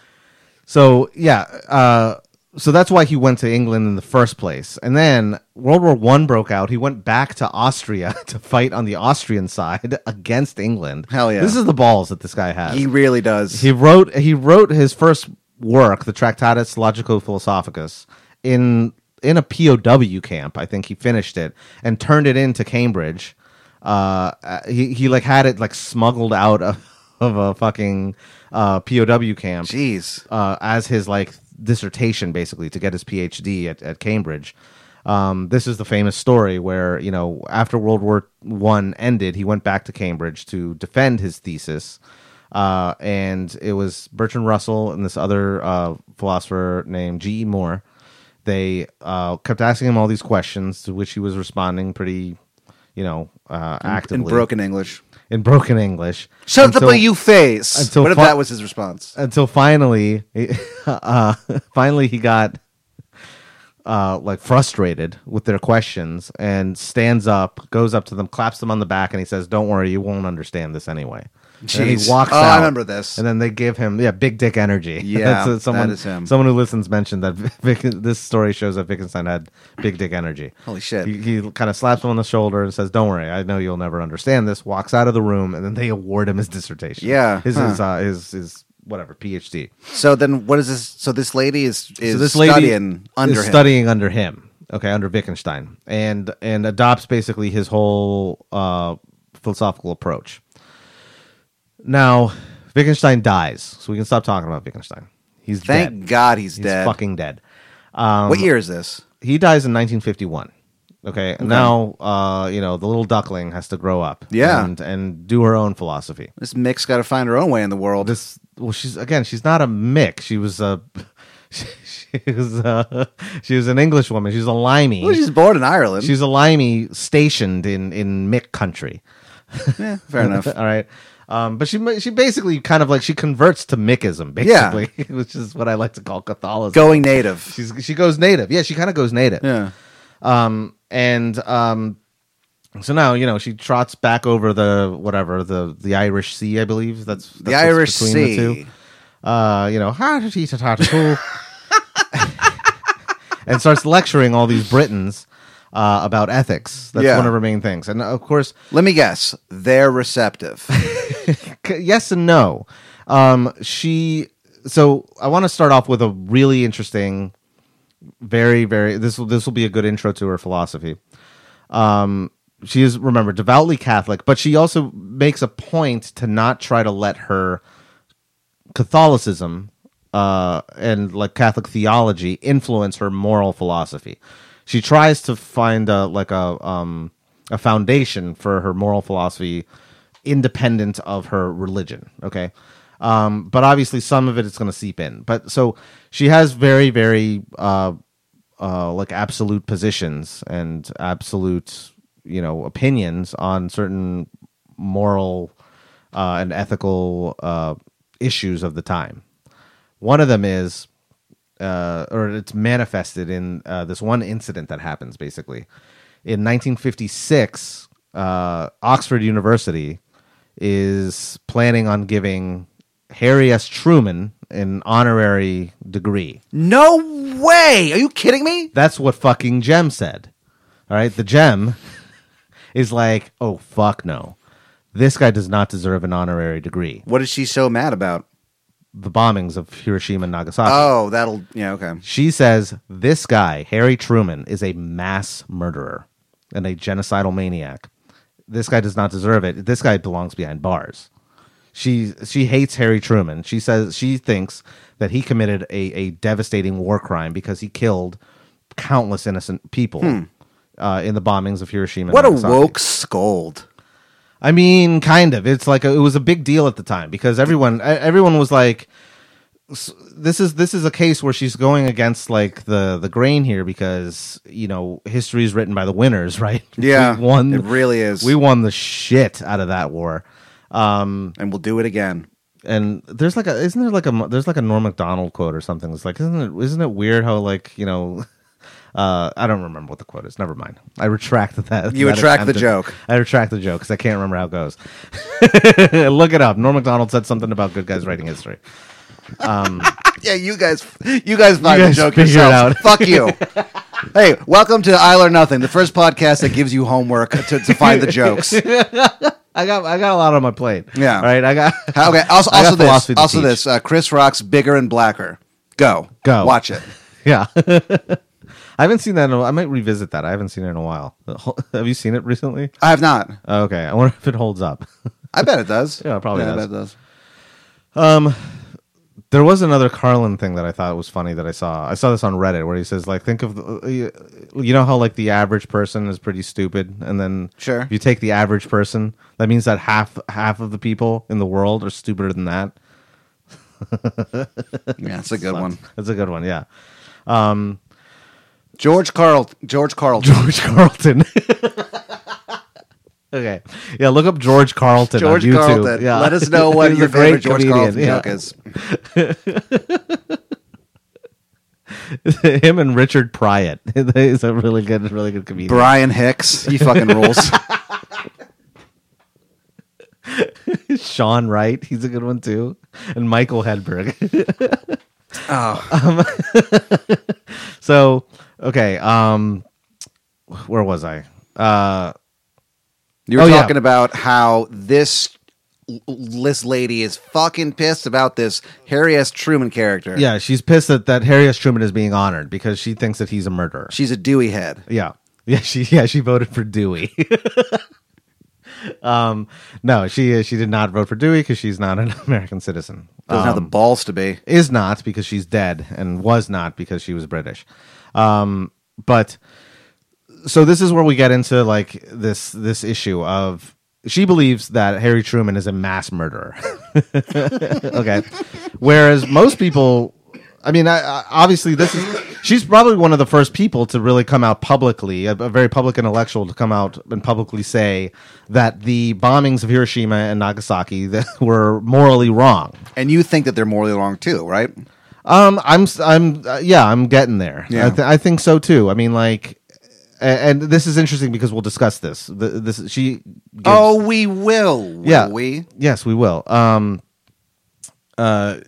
S3: So yeah, uh, so that's why he went to England in the first place, and then World War One broke out. He went back to Austria to fight on the Austrian side against England.
S2: Hell yeah.
S3: This is the balls that this guy has.
S2: He
S3: He,
S2: really does.
S3: wrote he wrote his first work, the Tractatus Logico Philosophicus, in in a POW camp. I think he finished it and turned it into Cambridge. Uh, uh, he he like had it like smuggled out of, of a fucking uh, POW camp
S2: Jeez.
S3: uh, as his like dissertation basically to get his PhD at, at Cambridge. Um, this is the famous story where you know after World War One ended, he went back to Cambridge to defend his thesis, Uh, and it was Bertrand Russell and this other uh, philosopher named G.E. Moore. They uh, kept asking him all these questions, to which he was responding pretty, you know, uh, actively
S2: in broken English.
S3: in broken English.
S2: Shut
S3: Until-
S2: up, you face.
S3: until
S2: What if
S3: fu-
S2: that was his response?
S3: until finally, he- uh, finally he got uh, like frustrated with their questions and stands up, goes up to them, claps them on the back, and he says, "Don't worry, you won't understand this anyway." And then
S2: Jeez.
S3: he walks
S2: Oh, I
S3: out.
S2: remember this.
S3: And then they give him yeah, big dick energy.
S2: Yeah,
S3: That's, uh,
S2: that
S3: someone,
S2: is him.
S3: Someone who listens mentioned that Vic, this story shows that Wittgenstein had big dick energy.
S2: Holy shit.
S3: He, he kind of slaps him on the shoulder and says, "Don't worry, I know you'll never understand this." Walks out of the room, and then they award him his dissertation.
S2: Yeah,
S3: his
S2: huh.
S3: his, uh, his his whatever PhD.
S2: So then, what is this? So this lady is is
S3: so this lady
S2: studying under
S3: is
S2: him.
S3: studying under him. Okay, under Wittgenstein, and and adopts basically his whole uh, philosophical approach. Now, Wittgenstein dies, so we can stop talking about Wittgenstein. He's
S2: Thank
S3: dead.
S2: God he's,
S3: He's
S2: dead.
S3: fucking dead.
S2: what year is this?
S3: he dies in 1951. Okay, and now uh, you know the little duckling has to grow up.
S2: Yeah.
S3: and and do her own philosophy.
S2: This Mick's got to find her own way in the world.
S3: This well, she's again, she's not a Mick. She was a she, she was a, she was an English woman. She's a limey.
S2: well, she's born in Ireland.
S3: she's a limey stationed in in Mick country.
S2: Eh, fair enough.
S3: All right. Um, but she ma- she basically kind of like she converts to Mickism basically, which is what I like to call Catholicism.
S2: Going native.
S3: She's she goes native. Yeah, she kind of goes native.
S2: Yeah.
S3: and um so now you know she trots back over the whatever the the Irish Sea, I believe that's, that's
S2: The
S3: what's
S2: Irish
S3: between
S2: Sea.
S3: The two. Uh, you know, ha ta ta ta ta ta. and starts lecturing all these Britons uh, about ethics. That's
S2: Yeah.
S3: one of her main things, and of course,
S2: Let me guess. They're receptive.
S3: c- yes and no. Um, she. So I want to start off with a really interesting, very very. This will this will be a good intro to her philosophy. Um, she is remember devoutly Catholic, but she also makes a point to not try to let her Catholicism uh, and like Catholic theology influence her moral philosophy. She tries to find a like a um, a foundation for her moral philosophy independent of her religion. Okay. Um, but obviously some of it is going to seep in. But so she has very, very uh, uh, like absolute positions and absolute, you know, opinions on certain moral uh, and ethical uh, issues of the time. One of them is, uh, or it's manifested in uh, this one incident that happens basically. In 1956, uh, Oxford University is planning on giving Harry S. Truman an honorary degree.
S2: no way. Are you kidding me?
S3: That's what fucking Gem said. All right, the Gem is like, oh fuck no, this guy does not deserve an honorary degree.
S2: What is she so mad about?
S3: The bombings of Hiroshima and Nagasaki.
S2: Oh, that'll. Yeah. Okay.
S3: She says this guy, Harry Truman, is a mass murderer and a genocidal maniac. This guy does not deserve it. This guy belongs behind bars. She she hates Harry Truman. She says she thinks that he committed a, a devastating war crime because he killed countless innocent people uh, in the bombings of Hiroshima. and
S2: Hmm. What a
S3: Nagasaki.
S2: woke scold.
S3: I mean, kind of. It's like a, it was a big deal at the time because everyone e- everyone was like, s- "This is this is a case where she's going against like the the grain here because you know history is written by the winners, right?
S2: Yeah.
S3: we won.
S2: It really is.
S3: we won the shit out of that war. Um,
S2: and we'll do it again.
S3: and there's like a isn't there like a mo- there's like a Norm Macdonald quote or something. It's like isn't it isn't it weird how like you know. Uh, I don't remember what the quote is. Never mind. I retract that.
S2: You
S3: that
S2: retract the
S3: attempt at-
S2: joke.
S3: I retract the joke because I can't remember how it goes. Look it up. Norm Macdonald said something about good guys writing history.
S2: Yeah, you guys, you guys find
S3: guys
S2: the joke
S3: figure it
S2: yourselves.
S3: out.
S2: Fuck you. hey, welcome to Isle or Nothing, the first podcast that gives you homework to, to find the jokes.
S3: I got I got a lot on my plate.
S2: Yeah.
S3: All right. I got
S2: Okay. Also,
S3: I got
S2: also this.
S3: philosophy to
S2: Also
S3: teach.
S2: this. Uh, Chris Rock's bigger and blacker. Go.
S3: Go.
S2: Watch it.
S3: Yeah. I haven't seen that. In a, I might revisit that. I haven't seen it in a while. Have you seen it recently?
S2: I have not.
S3: Okay. I wonder if it holds up.
S2: I bet it does.
S3: Yeah, it probably
S2: I
S3: does.
S2: bet it does.
S3: There was another Carlin thing that I thought was funny that I saw. I saw this on Reddit where he says like, think of, the, you know how like the average person is pretty stupid, and then
S2: Sure.
S3: if you take the average person, that means that half half of the people in the world are stupider than that.
S2: Yeah, it's a good one.
S3: That's a good one. Yeah,
S2: George Carl. George Carlton.
S3: George Carlton. okay, yeah, look up George Carlton.
S2: George
S3: on YouTube.
S2: Carlton.
S3: Yeah.
S2: Let us know
S3: He's
S2: what
S3: a
S2: your favorite
S3: great
S2: George
S3: comedian,
S2: Carlton
S3: yeah.
S2: joke is.
S3: Him and Richard Pryor. He's a really good, really good comedian.
S2: Brian Hicks. He fucking rules.
S3: Sean Wright, he's a good one too, and Michael Hedberg.
S2: oh,
S3: so, okay, um, where was I? Uh,
S2: you were
S3: Oh, yeah.
S2: talking about how this l- this lady is fucking pissed about this Harry S. Truman character.
S3: yeah, she's pissed that that Harry S. Truman is being honored because she thinks that he's a murderer.
S2: She's a Dewey head.
S3: Yeah. Yeah, she yeah, she voted for Dewey. um no, she she did not vote for Dewey cuz she's not an American citizen.
S2: Doesn't have the
S3: Um,
S2: balls to be.
S3: is not because she's dead and was not because she was British. Um, but so this is where we get into like this this issue of she believes that Harry Truman is a mass murderer. okay, whereas most people, I mean, I, I, obviously this is she's probably one of the first people to really come out publicly, a, a very public intellectual to come out and publicly say that the bombings of Hiroshima and Nagasaki that were morally wrong.
S2: And you think that they're morally wrong too, right?
S3: Um, I'm, s- I'm, uh, yeah, I'm getting there.
S2: Yeah.
S3: I, th- I think so too. I mean, like, a- and, this is interesting because we'll discuss this. Th this is- she, gives,
S2: Oh, we will. will
S3: yeah,
S2: we.
S3: yes, we will. Um, uh,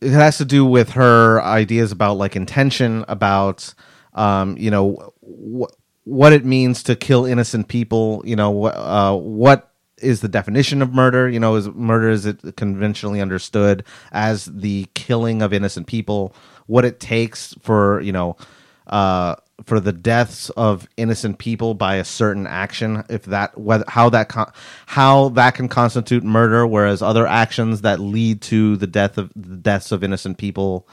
S3: it has to do with her ideas about like intention, about, um, you know, wh- what it means to kill innocent people. You know, wh- uh, what is the definition of murder? You know, is murder is it conventionally understood as the killing of innocent people? What it takes for you know uh, for the deaths of innocent people by a certain action if that whether how that con- how that can constitute murder whereas other actions that lead to the death of the deaths of innocent people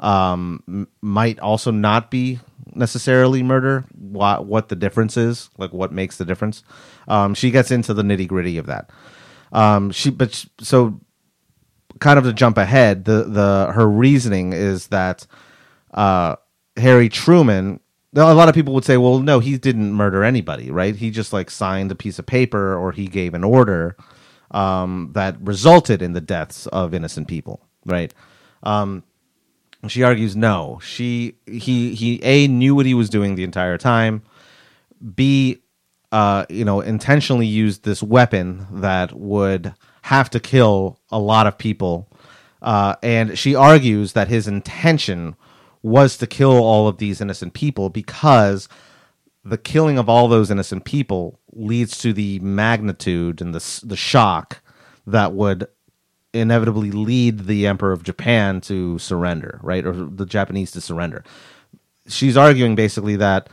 S3: um, m- might also not be necessarily murder what what the difference is like what makes the difference um, she gets into the nitty gritty of that um, she but sh- so kind of to jump ahead, the the her reasoning is that uh, Harry Truman. Now, a lot of people would say, "Well, no, he didn't murder anybody, right? He just like signed a piece of paper or he gave an order um, that resulted in the deaths of innocent people, right?" Um, she argues, "No, she he he a knew what he was doing the entire time. B, uh, you know, intentionally used this weapon that would have to kill a lot of people. Uh, and she argues that his intention was to kill all of these innocent people because the killing of all those innocent people leads to the magnitude and the s- the shock that would inevitably lead the emperor of Japan to surrender, right, or the Japanese to surrender. She's arguing basically that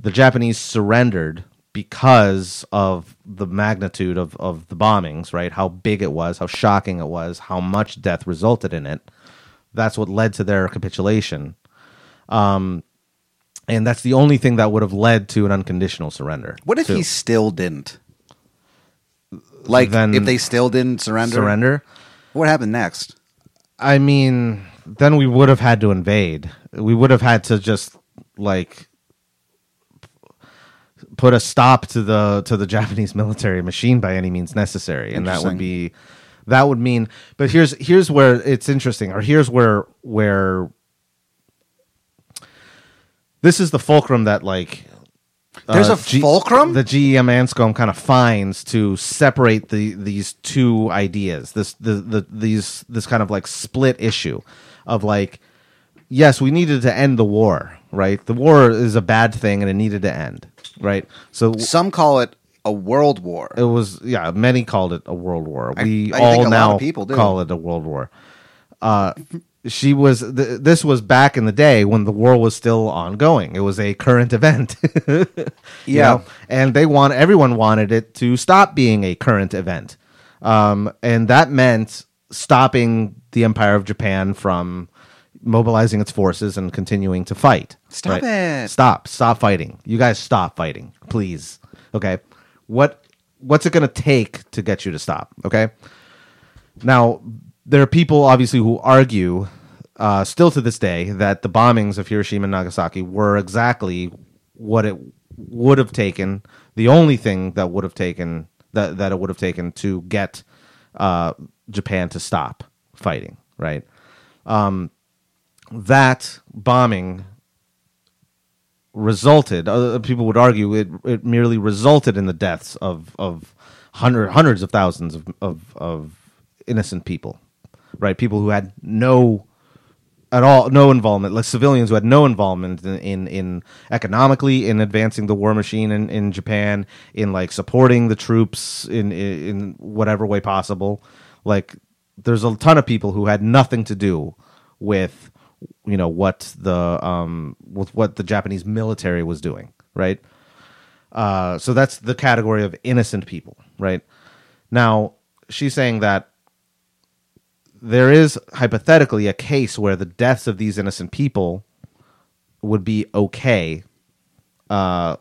S3: the Japanese surrendered because of the magnitude of of the bombings, right? How big it was, how shocking it was, how much death resulted in it. That's what led to their capitulation Um, and that's the only thing that would have led to an unconditional surrender.
S2: What if
S3: to
S2: he still didn't? Like,
S3: Then-
S2: if they still didn't surrender,
S3: surrender?
S2: what happened next?
S3: I mean, then we would have had to invade. We would have had to just like put a stop to the to the Japanese military machine by any means necessary, and that would
S2: Interesting.
S3: be that would mean. But here's here's where it's interesting, or here's where where this is the fulcrum that like
S2: There's a fulcrum?
S3: Uh, the GM Anscombe kind of finds to separate the these two ideas. This the, the these this kind of like split issue of like yes, we needed to end the war, right? The war is a bad thing and it needed to end, right? So
S2: Some call it a world war.
S3: it was yeah, many called it a world war.
S2: I
S3: We
S2: think a
S3: all
S2: lot
S3: now
S2: of people do.
S3: call it a world war. Uh she was th- this was back in the day when the war was still ongoing. It was a current event. you
S2: Yeah.
S3: know? and they want everyone wanted it to stop being a current event um, and that meant stopping the Empire of Japan from mobilizing its forces and continuing to fight.
S2: Stop it.
S3: Stop. Stop fighting. You guys stop fighting, please. Okay. What what's it going to take to get you to stop, okay? Now, there are people obviously who argue uh, still to this day that the bombings of Hiroshima and Nagasaki were exactly what it would have taken, the only thing that would have taken that, that it would have taken to get uh, Japan to stop fighting, right? Um, that bombing resulted uh, people would argue it, it merely resulted in the deaths of of hundred, hundreds of thousands of, of of innocent people right people who had no at all no involvement like civilians who had no involvement in in, in economically in advancing the war machine in, in Japan in like supporting the troops in, in in whatever way possible like there's a ton of people who had nothing to do with you know what the um with what the Japanese military was doing right uh, so that's the category of innocent people, right? Now, she's saying that there is hypothetically a case where the deaths of these innocent people would be okay uh,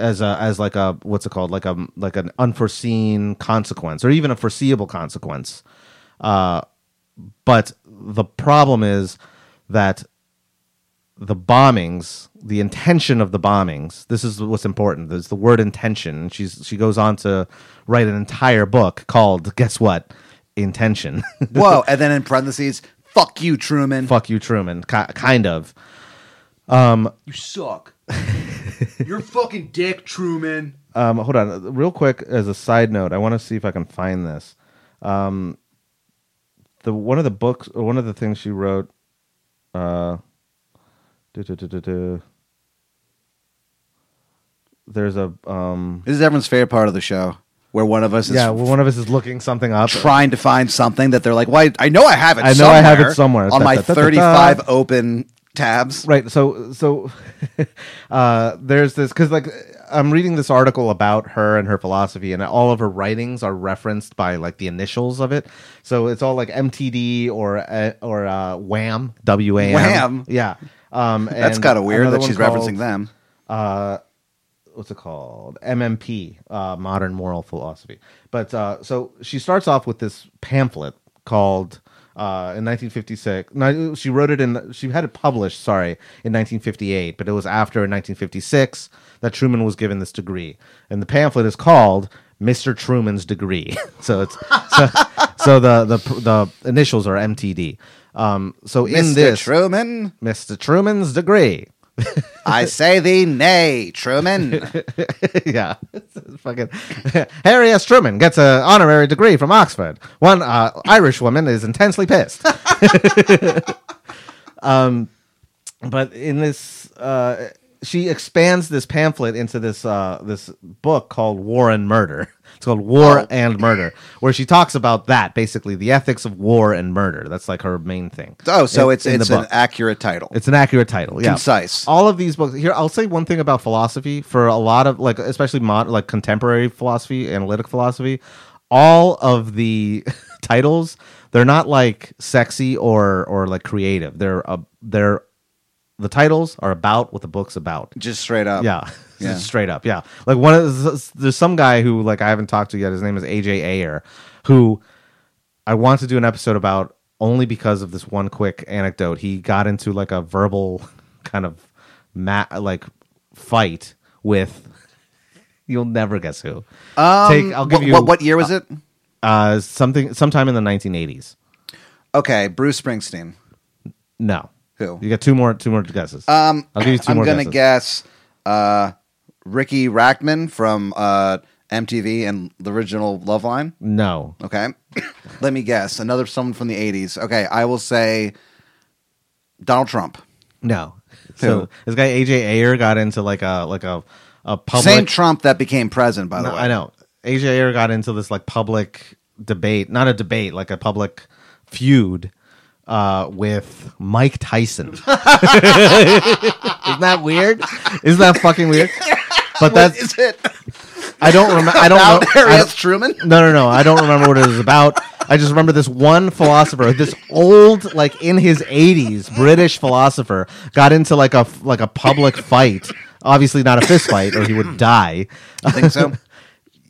S3: as a as like a what's it called like a like an unforeseen consequence or even a foreseeable consequence. Uh, but the problem is that the bombings, the intention of the bombings. This is what's important. There's the word intention. She's she goes on to write an entire book called guess what? Intention.
S2: Whoa. And then in parentheses, fuck you, Truman.
S3: Uh, Fuck you, Truman. Ki- kind of. Um,
S2: You suck. You're fucking dick, Truman.
S3: Um, hold on, real quick. As a side note, I want to see if I can find this. Um, the one of the books, or one of the things she wrote. Uh, du-du-du-du-du. there's a um,
S2: This is everyone's favorite part of the show where one of us is
S3: yeah. Well, one of us is looking something up.
S2: trying to find something that they're like, "Why? I know I have it.
S3: I know I have it somewhere."
S2: on my
S3: Da-da-da-da-da.
S2: thirty-five open tabs."
S3: right so so uh there's this because like i'm reading this article about her and her philosophy and all of her writings are referenced by like the initials of it so it's all like mtd or uh, or uh wham w-a-m
S2: Wham?
S3: yeah um
S2: That's
S3: and
S2: kind of weird
S3: another
S2: that
S3: one
S2: she's
S3: called-
S2: referencing them.
S3: Uh, what's it called mmp uh, modern moral philosophy but uh, so she starts off with this pamphlet called uh, in 1956 no, she wrote it in she had it published sorry in 1958 but it was after in 1956 that truman was given this degree and the pamphlet is called mr truman's degree so it's so, so the, the the initials are mtd um, so in
S2: Mr.
S3: this
S2: Truman,
S3: mr truman's degree
S2: I say thee nay, Truman.
S3: yeah, It's fucking Harry S. Truman gets an honorary degree from Oxford. One uh, Irish woman is intensely pissed. um, but in this, uh, she expands this pamphlet into this uh, this book called War and Murder. It's called War
S2: Oh.
S3: and Murder, where she talks about that basically the ethics of war and murder. That's like her main thing.
S2: Oh, so
S3: In-
S2: it's
S3: in the
S2: it's an
S3: book.
S2: accurate title.
S3: It's an accurate title. Yeah.
S2: Concise.
S3: All of these books here. I'll say one thing about philosophy for a lot of like, especially mod, like contemporary philosophy, analytic philosophy. All of the titles, they're not like sexy or or like creative. They're uh, they're the titles are about what the book's about.
S2: Just straight up.
S3: Yeah.
S2: Yeah.
S3: Straight up. Yeah. Like one of there's some guy who like I haven't talked to yet. His name is AJ Ayer, who I want to do an episode about only because of this one quick anecdote. He got into like a verbal kind of ma- like fight with you'll never guess who.
S2: Um,
S3: Take- I'll give
S2: what,
S3: you-
S2: what, what year was it?
S3: Uh something sometime in the 1980s.
S2: Okay, Bruce Springsteen.
S3: No.
S2: Who?
S3: You got two more two more guesses.
S2: Um,
S3: I'll give you 2
S2: I'm
S3: more
S2: gonna
S3: guesses.
S2: guess uh, Ricky Rackman from uh, MTV and the original Love Line.
S3: no.
S2: Okay, let me guess. Another someone from the '80s. Okay, I will say Donald Trump.
S3: No. So this guy AJ Ayer got into like a like a a public
S2: Same Trump that became president, by the
S3: No,
S2: way.
S3: I know. AJ Ayer got into this like public debate, not a debate, like a public feud uh, with Mike Tyson. Isn't that weird? Isn't that fucking weird? But
S2: What
S3: that's
S2: is it?
S3: I don't remember. I don't
S2: About
S3: know. I
S2: Harriet
S3: don't-
S2: Truman?
S3: no, no, no. I don't remember what it was about. I just remember this one philosopher, this old, like in his 80s, British philosopher, got into like a like a public fight. Obviously, not a fist fight, or he would die.
S2: I think so.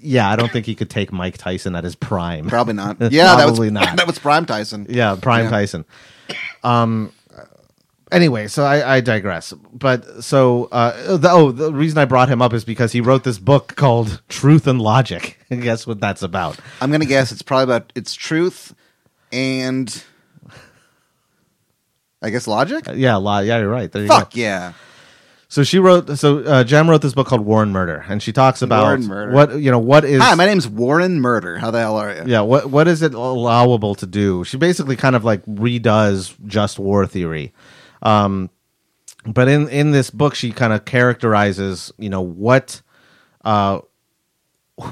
S3: Yeah, I don't think he could take Mike Tyson at his prime.
S2: Probably not. Yeah,
S3: Probably
S2: that was
S3: not.
S2: that was Prime Tyson.
S3: Yeah, Prime
S2: Yeah.
S3: Tyson. Um. Anyway, so I, I digress. But so, uh, the, oh, the reason I brought him up is because he wrote this book called Truth and Logic. And guess what that's about?
S2: I'm gonna guess it's probably about its truth and I guess logic.
S3: Uh, Yeah, lo- yeah, you're right. There you go.
S2: Fuck yeah.
S3: So she wrote. So uh, Jem wrote this book called War and Murder, and she talks about
S2: War and Murder.
S3: what you know. What is
S2: Hi, my name's Warren Murder. How the hell are you?
S3: yeah? What what is it allowable to do? She basically kind of like redoes just war theory, um, but in in this book she kind of characterizes you know what uh,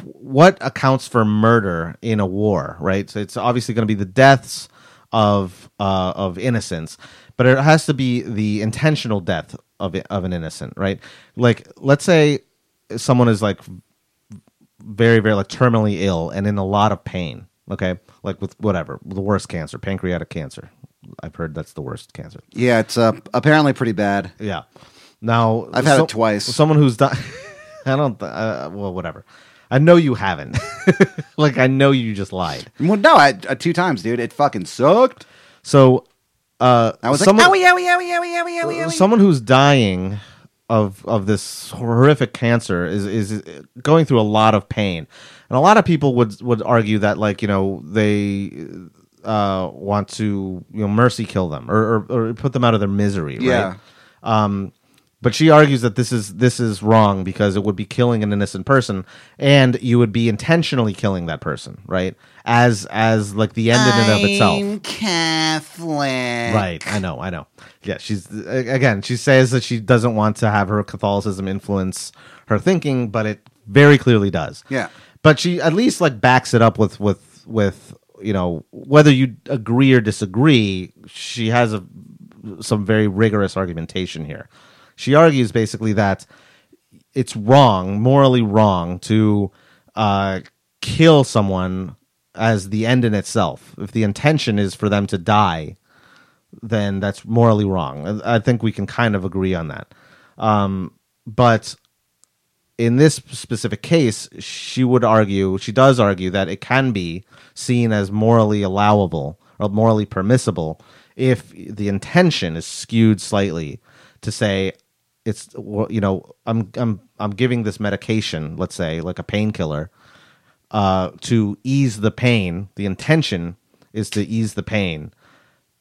S3: what accounts for murder in a war, right? So it's obviously going to be the deaths of uh, of innocents, but it has to be the intentional death of of an innocent, right? Like let's say someone is like very very like terminally ill and in a lot of pain, okay? Like with whatever, the worst cancer, pancreatic cancer. I've heard that's the worst cancer.
S2: Yeah, it's uh, apparently pretty bad.
S3: Yeah. Now
S2: I've had it twice.
S3: Someone who's di- I don't. Th- uh, well, whatever. I know you haven't. like I know you just lied.
S2: Well, no, I, uh, two times, dude. It fucking sucked.
S3: So uh,
S2: I was
S3: someone,
S2: like, owie, owie, owie, owie, owie, owie, owie.
S3: someone who's dying of of this horrific cancer is is going through a lot of pain, and a lot of people would would argue that like you know they uh, want to you know mercy kill them or, or or put them out of their misery.
S2: Yeah.
S3: Right? But she argues that this is this is wrong because it would be killing an innocent person, and you would be intentionally killing that person, right? As as like the end in and of itself,
S2: I'm Catholic.
S3: right? I know, I know. Yeah, she's a- again. She says that she doesn't want to have her Catholicism influence her thinking, but it very clearly does.
S2: Yeah.
S3: but she at least like backs it up with with with you know whether you agree or disagree. She has a some very rigorous argumentation here. She argues basically that it's wrong, morally wrong, to uh, kill someone as the end in itself. If the intention is for them to die, then that's morally wrong. I I think we can kind of agree on that. Um, but in this specific case, she would argue, she does argue that it can be seen as morally allowable or morally permissible if the intention is skewed slightly to say it's well, you know I'm I'm I'm giving this medication, let's say like a painkiller, uh, to ease the pain. The intention is to ease the pain,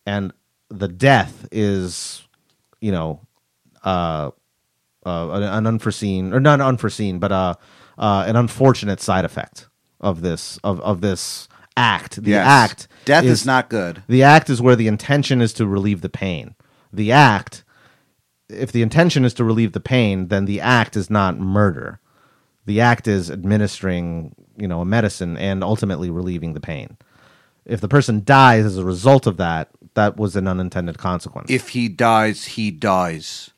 S3: and the death is, you know, uh, an, an unforeseen or not unforeseen, but uh, uh, an unfortunate side effect of this of of this act. The
S2: Yes.
S3: act
S2: Death is not good.
S3: the act is where the intention is to relieve the pain. The act, if the intention is to relieve the pain, then the act is not murder. The act is administering, you know, a medicine and ultimately relieving the pain. If the person dies as a result of that, that was an unintended consequence.
S2: If he dies, he dies.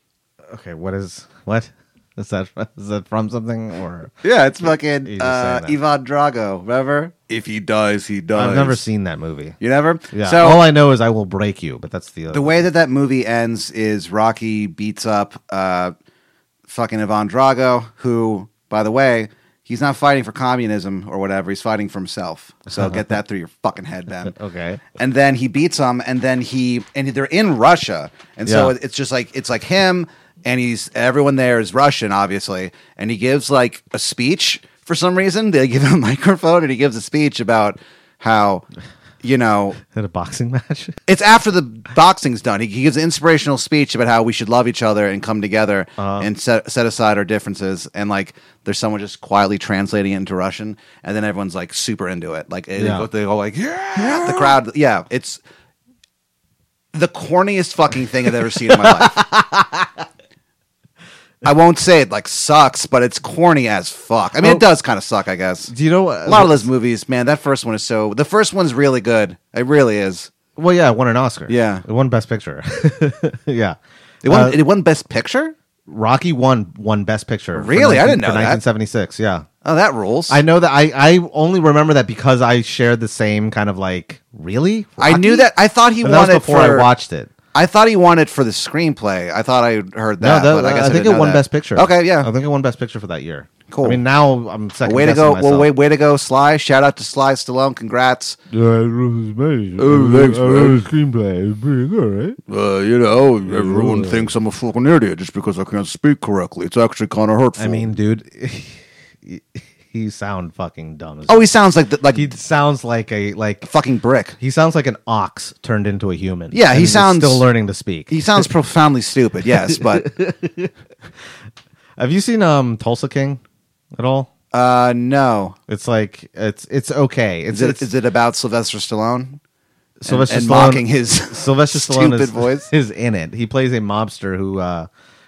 S3: okay, what is what? Is that is that from something or
S2: Yeah, it's
S3: He's
S2: fucking
S3: just
S2: uh,
S3: saying
S2: Ivan Drago. Remember? If he dies, he dies.
S3: I've never seen that movie.
S2: You never?
S3: Yeah.
S2: So
S3: all I know is I will break you, but that's the
S2: the way that that movie ends is Rocky beats up uh, fucking Ivan Drago, who, by the way, he's not fighting for communism or whatever. He's fighting for himself. So get that through your fucking head, Ben.
S3: Okay.
S2: And then he beats him, and then he and they're in Russia, and so
S3: Yeah.
S2: it's just like it's like him, and he's everyone there is Russian, obviously, and he gives like a speech for some reason. They give him a microphone, and he gives a speech about how. You know,
S3: at a boxing match.
S2: it's after the boxing's done. He, he gives an inspirational speech about how we should love each other and come together
S3: Uh-huh.
S2: and set, set aside our differences. And like, there's someone just quietly translating it into Russian, and then everyone's like super into it. Like, they,
S3: Yeah.
S2: go, they go like, yeah, the crowd. Yeah, it's the corniest fucking thing I've ever seen in my life. I won't say it like sucks, but it's corny as fuck. I mean,
S3: Oh.
S2: it does kind of suck, I guess.
S3: Do you know
S2: A lot of those movies, man. That first one is so. The first one's really good. It really is.
S3: Well, yeah, it won an Oscar.
S2: Yeah.
S3: it won Best Picture. yeah,
S2: It won,
S3: Uh,
S2: it won Best Picture?
S3: Rocky won won Best Picture. for
S2: Really? I didn't know
S3: for
S2: that.
S3: 1976. Yeah,
S2: Oh, that rules.
S3: I know that I, I only remember that because I shared the same kind of like really.
S2: I knew
S3: Rocky?
S2: that. I thought he
S3: And that was
S2: wanted
S3: before
S2: for.
S3: I watched it.
S2: I thought he wanted for the screenplay. I thought I heard that.
S3: no,
S2: but
S3: that,
S2: I, guess I,
S3: think
S2: didn't
S3: it
S2: know
S3: won
S2: that.
S3: Best Picture.
S2: Okay, yeah.
S3: I think it won Best Picture for that year.
S2: Cool.
S3: I mean, now I'm second.
S2: way to
S3: guessing
S2: go!
S3: Myself.
S2: Well, way, way to go, Sly! Shout out to Sly Stallone. Congrats.
S3: Oh,
S2: thanks, I wrote
S3: screenplay. It's pretty good, right?
S2: Uh, you know, everyone thinks I'm a fucking idiot just because I can't speak correctly. It's actually kind of hurtful.
S3: I mean, dude, you- you sound fucking dumb. As
S2: oh, he sounds like the, like
S3: he sounds like a like
S2: fucking brick.
S3: he sounds like an ox turned into a human.
S2: Yeah, he
S3: And is
S2: sounds-
S3: still learning to speak.
S2: He sounds profoundly stupid. Yes, but
S3: Have you seen um Tulsa King at all?
S2: uh, no.
S3: It's like it's it's okay. It's
S2: Is it
S3: it's
S2: is it about Sylvester Stallone?
S3: Sylvester
S2: and
S3: Stallone-
S2: mocking his
S3: Sylvester Stallone
S2: stupid
S3: is,
S2: voice.
S3: is in it. He plays a mobster who uh,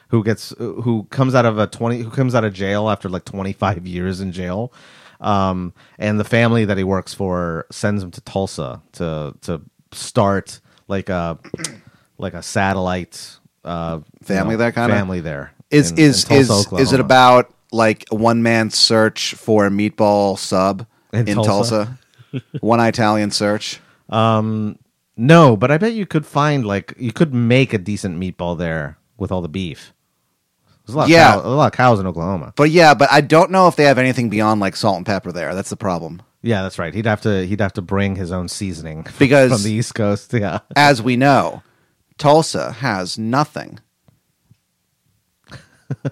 S3: who gets who comes out of a twenty who comes out of jail after like twenty five years in jail, um, and the family that he works for sends him to Tulsa to to start like a like a satellite uh,
S2: Family there, kinda?
S3: family there
S2: Is
S3: in-
S2: is
S3: in Tulsa,
S2: is is it
S3: Oklahoma.
S2: about like a one man search for a meatball sub in,
S3: In
S2: Tulsa?
S3: Tulsa?
S2: one Italian search.
S3: No, but I bet you could find like you could make a decent meatball there with all the beef. There's a lot,
S2: Yeah.
S3: of cow, a lot of cows in Oklahoma.
S2: But yeah, but I don't know if they have anything beyond like salt and pepper there. That's the problem.
S3: Yeah, that's right. He'd have to he'd have to bring his own seasoning from-
S2: Because-
S3: from the East Coast. Yeah,
S2: As we know, Tulsa has nothing.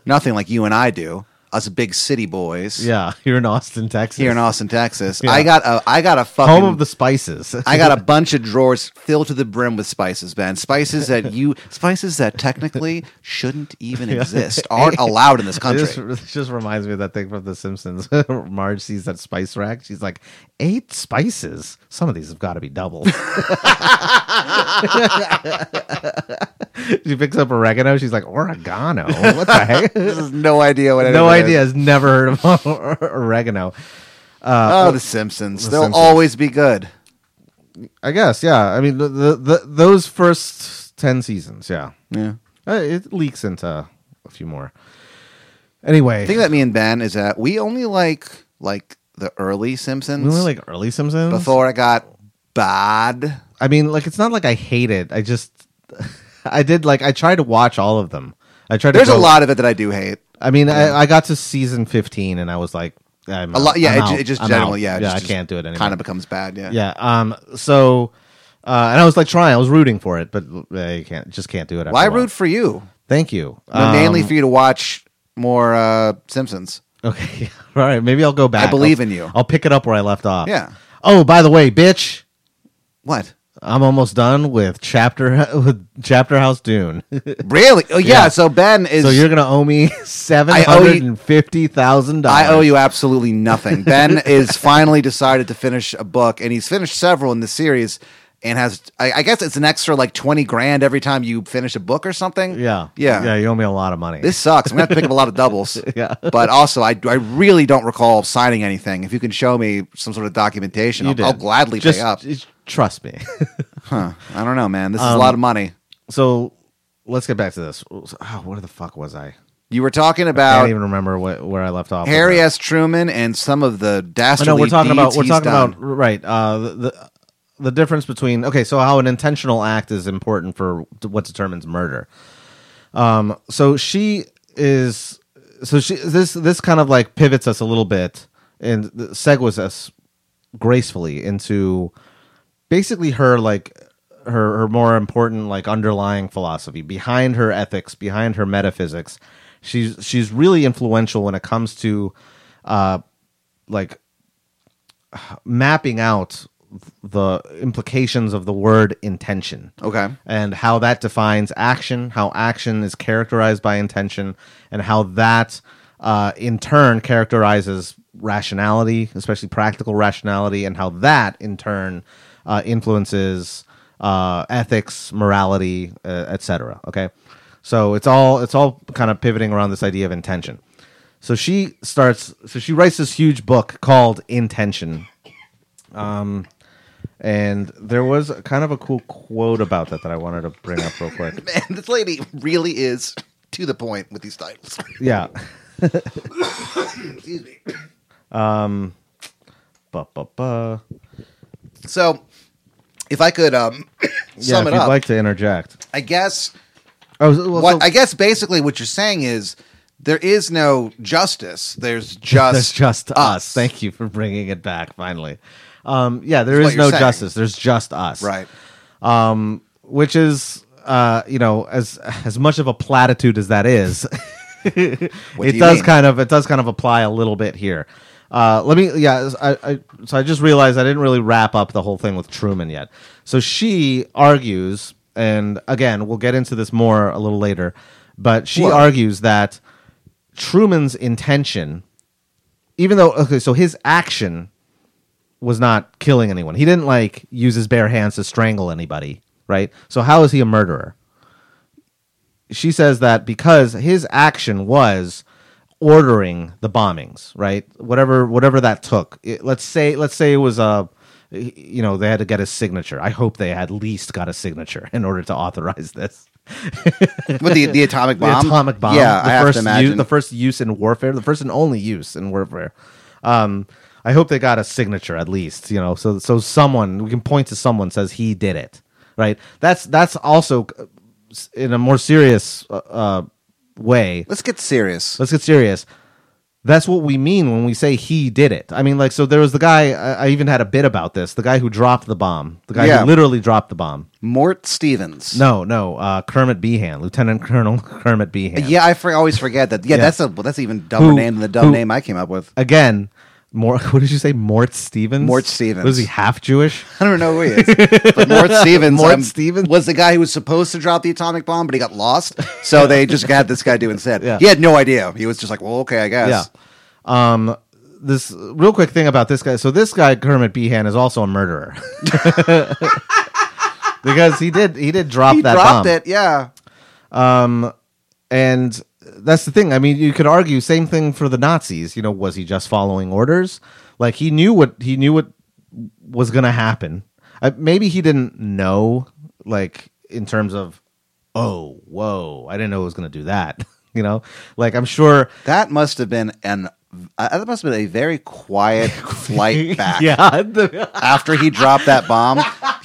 S2: nothing like you and I do. Us big city boys
S3: yeah. Here in Austin, Texas,
S2: here in Austin, Texas.
S3: Yeah.
S2: I got a I got a fucking
S3: home of the spices.
S2: I got a bunch of drawers filled to the brim with spices, Ben. Spices that you spices that technically shouldn't even exist, aren't allowed in this country.
S3: This, this just reminds me of that thing from The Simpsons. Marge sees that spice rack. She's like, eight spices. Some of these have got to be doubled. she picks up oregano. She's like, oregano. What the heck?
S2: This is no idea what. anything
S3: no
S2: is.
S3: idea. Has never heard of oregano.
S2: Oh, The Simpsons.
S3: The
S2: They'll
S3: Simpsons.
S2: always be good.
S3: I guess, yeah. I mean, the, the, the those first ten seasons, yeah,
S2: Yeah.
S3: Uh, it leaks into a few more. Anyway,
S2: The thing that me and Ben is that we only like like the early Simpsons.
S3: we only like early Simpsons.
S2: before it got bad.
S3: I mean, like it's not like I hate it. I just, I did like I tried to watch all of them. I tried.
S2: There's
S3: to
S2: a
S3: go-
S2: lot of it that I do hate.
S3: I mean, I, I got to season fifteen and I was like, I'm
S2: A lot,
S3: out.
S2: yeah.
S3: I'm
S2: It, ju-
S3: out.
S2: it just
S3: I'm
S2: generally,
S3: out.
S2: yeah.
S3: yeah. I can't do it anymore.
S2: Kind of becomes bad. Yeah.
S3: yeah. Um. So, uh, and I was like trying. I was rooting for it, but I can't. Just can't do it.
S2: Why
S3: after a while.
S2: root for you?
S3: Thank you.
S2: But mainly
S3: Um,
S2: for you to watch more uh, Simpsons.
S3: Okay. All right. Maybe I'll go back.
S2: believe
S3: I'll-
S2: in you.
S3: I'll pick it up where I left off.
S2: Yeah.
S3: Oh, by the way, bitch,
S2: What?
S3: I'm almost done with chapter with chapter house Dune.
S2: Really? Oh, yeah.
S3: Yeah.
S2: So Ben is.
S3: so you're gonna owe me seven hundred and fifty thousand dollars.
S2: I owe you absolutely nothing. ben is finally decided to finish a book, and he's finished several in the series, and has. I, I guess it's an extra like twenty grand every time you finish a book or something.
S3: Yeah.
S2: Yeah.
S3: Yeah. You owe me a lot of money.
S2: This sucks. I'm gonna have to pick up a lot of doubles.
S3: Yeah.
S2: But also, I, I really don't recall signing anything. If you can show me some sort of documentation,
S3: you
S2: I'll, I'll
S3: did.
S2: gladly
S3: just,
S2: pay up.
S3: just trust me.
S2: Huh. I don't know, man. This is a
S3: Um,
S2: lot of money.
S3: so let's get back to this. Oh, where the fuck was I?
S2: You were talking
S3: I
S2: about
S3: can't even remember what, where I left off. with
S2: Harry
S3: that.
S2: S. Truman and some of the
S3: I
S2: dastardly.
S3: know we're talking about
S2: deeds
S3: we're
S2: he's
S3: talking
S2: done.
S3: about right uh, the, the the difference between okay so how an intentional act is important for d- what determines murder. Um, so she is so she this this kind of like pivots us a little bit and th- segues us gracefully into basically her like her her more important like underlying philosophy behind her ethics behind her metaphysics she's she's really influential when it comes to uh like mapping out the implications of the word intention
S2: Okay.
S3: and how that defines action, how action is characterized by intention, and how that uh, in turn characterizes rationality, especially practical rationality, and how that in turn uh, influences uh, ethics, morality, uh, etc. Okay, so it's all it's all kind of pivoting around this idea of intention. So she starts. So she writes this huge book called Intention, and there was kind of a cool quote about that that I wanted to bring up real quick.
S2: Man, this lady really is to the point with these titles.
S3: Yeah.
S2: Excuse me.
S3: Um, ba, ba, ba.
S2: So, if I could um,
S3: Yeah,
S2: sum
S3: if
S2: it
S3: you'd
S2: up,
S3: like to interject.
S2: I guess
S3: Oh, well,
S2: what
S3: so-
S2: I guess basically what you're saying is there is no justice. There's just
S3: That's just us. Thank you for bringing it back finally. Um, yeah, there
S2: That's what
S3: is
S2: you're
S3: no
S2: saying.
S3: justice. There's just us.
S2: right.
S3: Which is, uh, you know, as as much of a platitude as that is,
S2: What
S3: it
S2: do you
S3: does
S2: mean?
S3: kind of it does kind of apply a little bit here. Uh, let me, yeah. I, I, so I just realized I didn't really wrap up the whole thing with Truman yet. So she argues, and again, we'll get into this more a little later, but she
S2: Well-
S3: argues that Truman's intention, even though okay, so his action was not killing anyone. He didn't like use his bare hands to strangle anybody, right? So how is he a murderer? She says that because his action was ordering the bombings, right? Whatever whatever that took. It- let's say let's say it was a you know, they had to get a signature. I hope they at least got a signature in order to authorize this.
S2: With the, the atomic bomb.
S3: The atomic bomb.
S2: Yeah,
S3: the
S2: I have
S3: first
S2: to
S3: u-
S2: imagine.
S3: the first use in warfare, the first and only use in warfare. Um, I hope they got a signature at least, you know, so so someone we can point to someone says he did it, right? That's that's also uh, s- in a more serious uh, uh, way.
S2: Let's get serious.
S3: Let's get serious. That's what we mean when we say he did it. I mean, like, so there was the guy. I, I even had a bit about this. The guy who dropped the bomb. The guy
S2: Yeah.
S3: who literally dropped the bomb.
S2: Mort Stevens.
S3: No, no, uh, Kermit Behan, Lieutenant Colonel Kermit Behan.
S2: Yeah, I for, always forget that. Yeah,
S3: Yeah.
S2: that's a that's an even dumber
S3: Who-
S2: name than the dumb
S3: who-
S2: name I came up with.
S3: again, more. What did you say, Mort Stevens?
S2: Mort Stevens.
S3: Was he half Jewish?
S2: I don't know who he is. But Mort Stevens,
S3: Mort
S2: um,
S3: Stevens?
S2: was the guy who was supposed to drop the atomic bomb, but he got lost. So they just had this guy do instead.
S3: Yeah.
S2: He had no idea. He was just like, well, okay, I guess.
S3: Yeah. Um, this real quick thing about this guy. So this guy Kermit Behan is also a murderer because he did he did drop
S2: He
S3: that
S2: dropped
S3: bomb.
S2: it. Yeah.
S3: and that's the thing. I mean, you could argue same thing for the Nazis. You know, was he just following orders? Like he knew what he knew what was going to happen. I, maybe he didn't know, like in terms of, oh, whoa, I didn't know it was going to do that. You know, like I'm sure
S2: That must have been an uh, that must have been a very quiet flight back.
S3: yeah, the-
S2: After he dropped that bomb,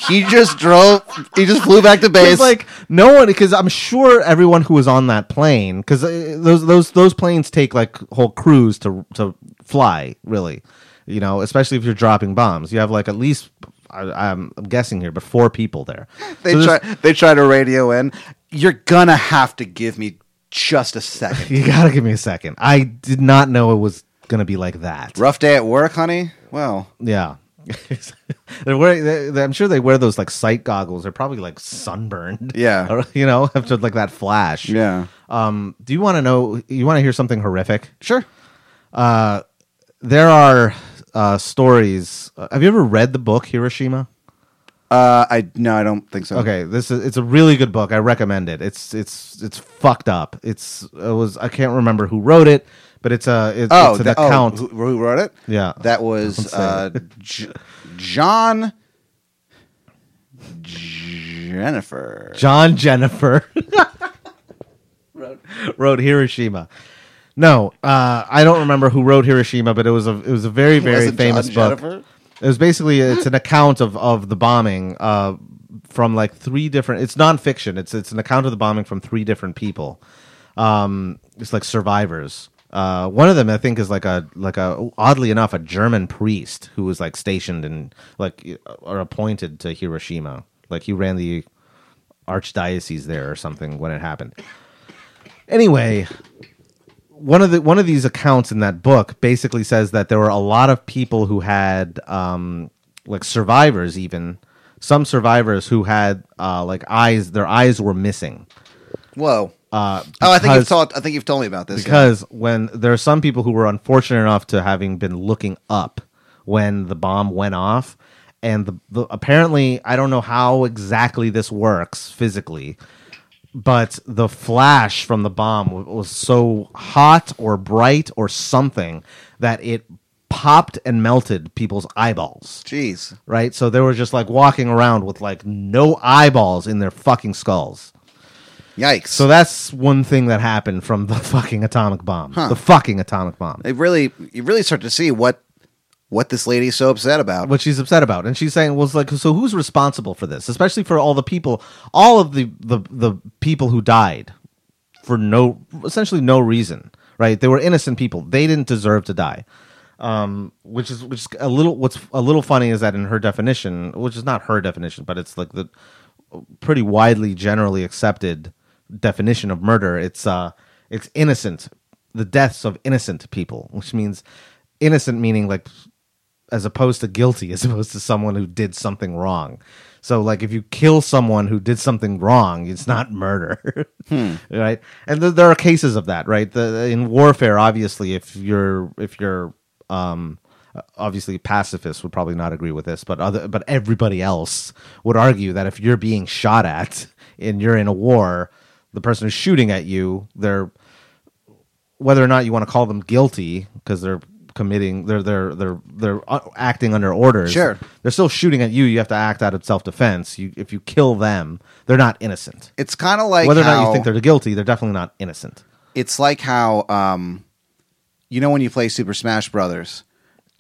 S2: he just drove. He just flew back to base.
S3: It's like no one because I'm sure everyone who was on that plane because those those those planes take like whole crews to to fly really, you know, especially if you're dropping bombs. You have like at least I, I'm guessing here, but four people there.
S2: they
S3: So
S2: try.
S3: there's-
S2: They try to radio in. You're gonna have to give me just a second.
S3: You gotta give me a second. I did not know it was gonna be like that.
S2: Rough day at work, honey. Well,
S3: Yeah. they're wearing. They, they- I'm sure they wear those like sight goggles. They're probably like sunburned.
S2: Yeah.
S3: Or, you know, after like that flash.
S2: yeah,
S3: Um. Do you want to know? You want to hear something horrific? Uh,
S2: sure.
S3: there are uh, stories. uh, Have you ever read the book Hiroshima?
S2: Uh, I no, I don't think so.
S3: Okay, this is it's a really good book. I recommend it. It's it's it's fucked up. It's it was I can't remember who wrote it, but it's a it's,
S2: Oh,
S3: it's an
S2: the, oh,
S3: account.
S2: who, who wrote it?
S3: Yeah.
S2: that was
S3: say
S2: uh, J- John Jennifer.
S3: John Jennifer wrote, wrote Hiroshima. No, uh, I don't remember who wrote Hiroshima, but it was a it was a very very
S2: Wasn't
S3: famous
S2: John
S3: book.
S2: Jennifer?
S3: It was basically it's an account of of the bombing uh, from like three different. It's nonfiction. It's it's an account of the bombing from three different people. Um, it's like survivors. Uh, one of them I think is like a like a oddly enough a German priest who was like stationed and like uh, or appointed to Hiroshima. Like he ran the archdiocese there or something when it happened. Anyway, one of the one of these accounts in that book basically says that there were a lot of people who had um, like survivors, even some survivors who had uh, like eyes. Their eyes were missing
S2: Whoa. oh, I think
S3: Uh, because-
S2: you've told. I think you've told me about this. yeah.
S3: because when there are some people who were unfortunate enough to having been looking up when the bomb went off and the, the apparently i don't know how exactly this works physically but the flash from the bomb w- was so hot or bright or something that it popped and melted people's eyeballs
S2: Jeez.
S3: right so they were just like walking around with like no eyeballs in their fucking skulls
S2: Yikes.
S3: So that's one thing that happened from the fucking atomic bomb.
S2: Huh.
S3: The fucking atomic bomb.
S2: it really you really start to see what what this lady's so upset about.
S3: what she's upset about and she's saying was like so who's responsible for this especially for all the people all of the the, the people who died for no essentially no reason right they were innocent people they didn't deserve to die um which is which is a little what's a little funny is that in her definition which is not her definition but it's like the pretty widely generally accepted definition of murder it's uh it's innocent the deaths of innocent people which means innocent meaning like as opposed to guilty as opposed to someone who did something wrong so like if you kill someone who did something wrong it's not murder right and th- there are cases of that right the, in warfare obviously if you're if you're um obviously pacifists would probably not agree with this but other but everybody else would argue that if you're being shot at and you're in a war the person who's shooting at you they're whether or not you want to call them guilty because they're committing they're they're they're they're uh, acting under orders
S2: Sure.
S3: they're still shooting at you you have to act out of self-defense you if you kill them they're not innocent
S2: It's kind of like
S3: whether or
S2: how,
S3: not you think they're guilty they're definitely not innocent
S2: it's like how um, you know when you play Super Smash Brothers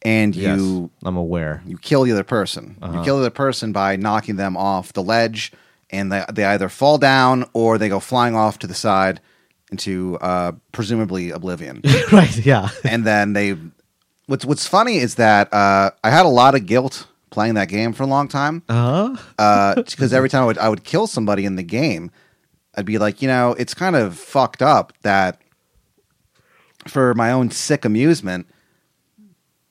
S2: and you
S3: yes, i'm aware
S2: you kill the other person. You kill the other person by knocking them off the ledge, and they, they either fall down or they go flying off to the side into uh, presumably oblivion.
S3: right yeah
S2: and then they, what's what's funny is that uh, I had a lot of guilt playing that game for a long time
S3: uh
S2: because every time I would, I would kill somebody in the game, I'd be like, you know, it's kind of fucked up that for my own sick amusement,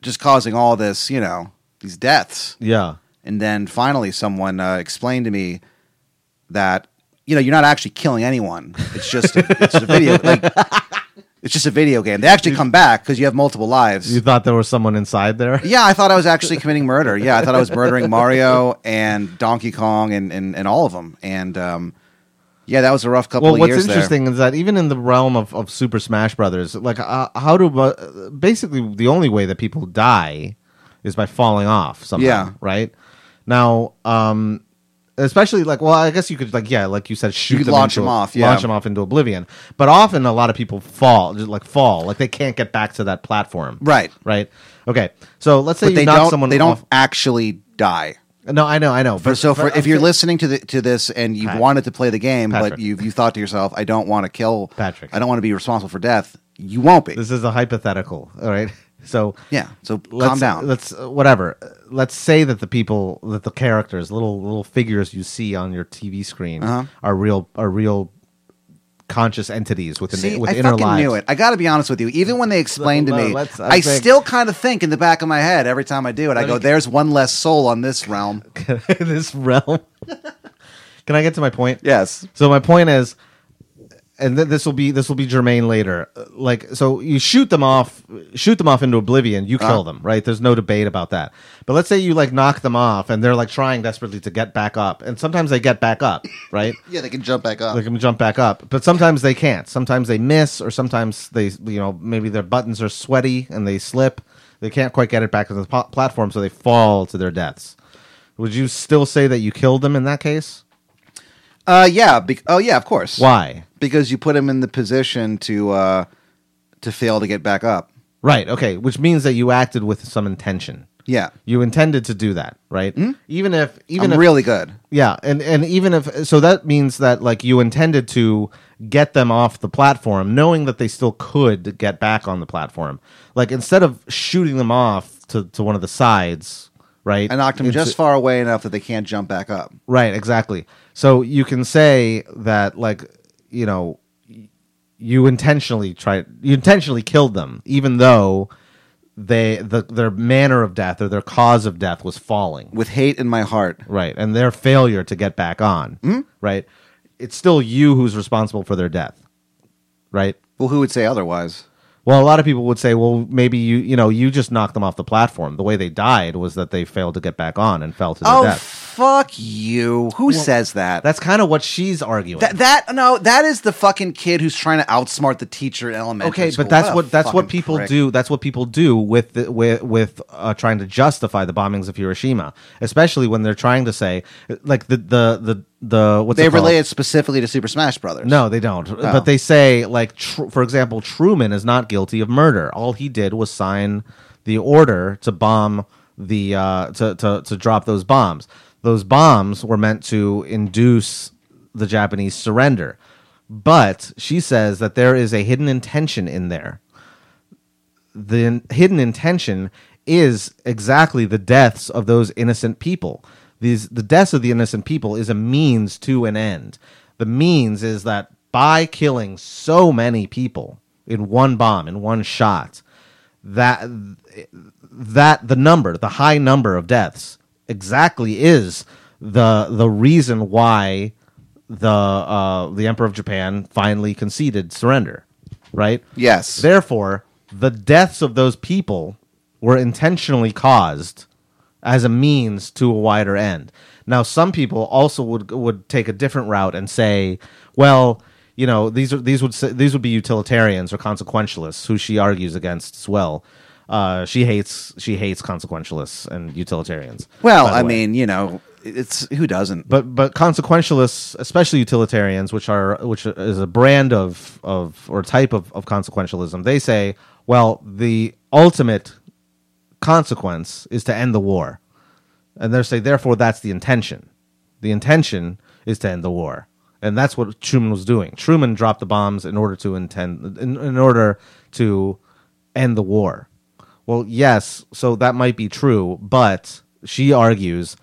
S2: just causing all this, you know, these deaths.
S3: yeah
S2: And then finally, someone uh, explained to me that you know you're not actually killing anyone. It's just a, it's a video. Like, it's just a video game. They actually come back because you have multiple lives.
S3: you thought there was someone inside there
S2: yeah, I thought I was actually committing murder. Yeah, I thought I was murdering Mario and Donkey Kong and, and, and all of them. And um, yeah, that was a rough couple
S3: well
S2: of
S3: what's
S2: years. there.
S3: interesting is that even in the realm of, of super smash brothers like uh, how do uh, basically the only way that people die is by falling off somehow
S2: Yeah.
S3: right now um especially like well i guess you could like yeah like you said shoot
S2: could
S3: them
S2: launch
S3: into
S2: them
S3: a-
S2: off, yeah.
S3: launch them off into oblivion but often a lot of people fall just like fall like they can't get back to that platform
S2: right?
S3: right okay so let's say
S2: But
S3: you
S2: they
S3: knock
S2: don't.
S3: someone
S2: they don't
S3: off.
S2: actually die.
S3: no i know i know
S2: But so, for,
S3: but
S2: if you're
S3: I'm-
S2: listening to the, to this and you have
S3: Patrick.
S2: wanted to play the game, but
S3: Patrick.
S2: you you thought to yourself, "I don't want to kill
S3: Patrick.
S2: I don't want to be responsible for death." You won't be.
S3: this is a hypothetical all right so
S2: yeah. So
S3: let's,
S2: calm down.
S3: Let's uh, whatever. Uh, Let's say that the people, that the characters, little little figures you see on your TV screen
S2: Uh-huh.
S3: are real are real conscious entities with an,
S2: See,
S3: with
S2: I
S3: inner
S2: fucking
S3: lives.
S2: knew it. I got to be honest with you. Even when they explained
S3: No,
S2: to me,
S3: let's- I
S2: I
S3: think-
S2: still kind of think in the back of my head every time I do it. I
S3: Let
S2: go,
S3: me-
S2: "There's one less soul on this realm."
S3: this realm. Can I get to my point?
S2: Yes.
S3: So my point is, and th- this will be this will be germane later. Uh, Like, so you shoot them off, shoot them off into oblivion. You kill
S2: Uh.
S3: them, right? There's no debate about that. But let's say you like knock them off, and they're like trying desperately to get back up, and sometimes they get back up, right?
S2: Yeah, they can jump back up.
S3: they can jump back up but sometimes they can't sometimes they miss or sometimes they you know maybe their buttons are sweaty and they slip they can't quite get it back to the po- platform so they fall to their deaths would you still say that you killed them in that case
S2: uh, yeah. Be- oh, yeah. Of course.
S3: why
S2: Because you put him in the position to uh, to fail to get back up.
S3: right okay which means that you acted with some intention
S2: Yeah.
S3: you intended to do that right even if even
S2: I'm
S3: if
S2: really good.
S3: Yeah, and and even if so, that means that like you intended to get them off the platform, knowing that they still could get back on the platform. Like instead of shooting them off to to one of the sides, right?
S2: I knocked him
S3: Into-
S2: just far away enough that they can't jump back up.
S3: right, exactly. So you can say that like you know you intentionally tried you intentionally killed them, even though they the their manner of death or their cause of death was falling.
S2: With hate in my heart.
S3: Right. And their failure to get back on.
S2: Hmm?
S3: Right. It's still you who's responsible for their death. Right.
S2: Well, who would say otherwise?
S3: Well, a lot of people would say, well, maybe you, you know, you just knocked them off the platform. The way they died was that they failed to get back on and fell to their
S2: Oh,
S3: death.
S2: fuck you. Who says that?
S3: That's kind of what she's arguing.
S2: That that no, that is the fucking kid who's trying to outsmart the teacher in elementary.
S3: okay,
S2: school.
S3: but that's
S2: a
S3: what that's what
S2: fucking
S3: people
S2: prick.
S3: do. That's what people do with the, with with uh, trying to justify the bombings of Hiroshima, especially when they're trying to say like the the the the what's
S2: They
S3: it called?
S2: relate it specifically to Super Smash Brothers.
S3: No, they don't. But they say, like, tr- for example, Truman is not guilty of murder. All he did was sign the order to bomb the uh, to, to to drop those bombs. Those bombs were meant to induce the Japanese surrender. But she says that there is a hidden intention in there. The in- hidden intention is exactly the deaths of those innocent people. These the deaths of the innocent people is a means to an end. The means is that by killing so many people in one bomb in one shot, that that the number, the high number of deaths, exactly is the the reason why the uh, the emperor of Japan finally conceded surrender, right?
S2: Yes.
S3: Therefore, the deaths of those people were intentionally caused as a means to a wider end. Now, some people also would would take a different route and say, well, you know, these are these would say, these would be utilitarians or consequentialists, who she argues against as well. Uh, she hates she hates consequentialists and utilitarians.
S2: well,
S3: by the
S2: I
S3: way.
S2: mean, you know, it's who doesn't?
S3: but but consequentialists, especially utilitarians, which are which is a brand of of or type of, of consequentialism, they say, well, the ultimate consequence is to end the war, and they say therefore that's the intention. The intention is to end the war, and that's what Truman was doing. Truman dropped the bombs in order to intend in, in order to end the war. Well, yes, so that might be true, but she argues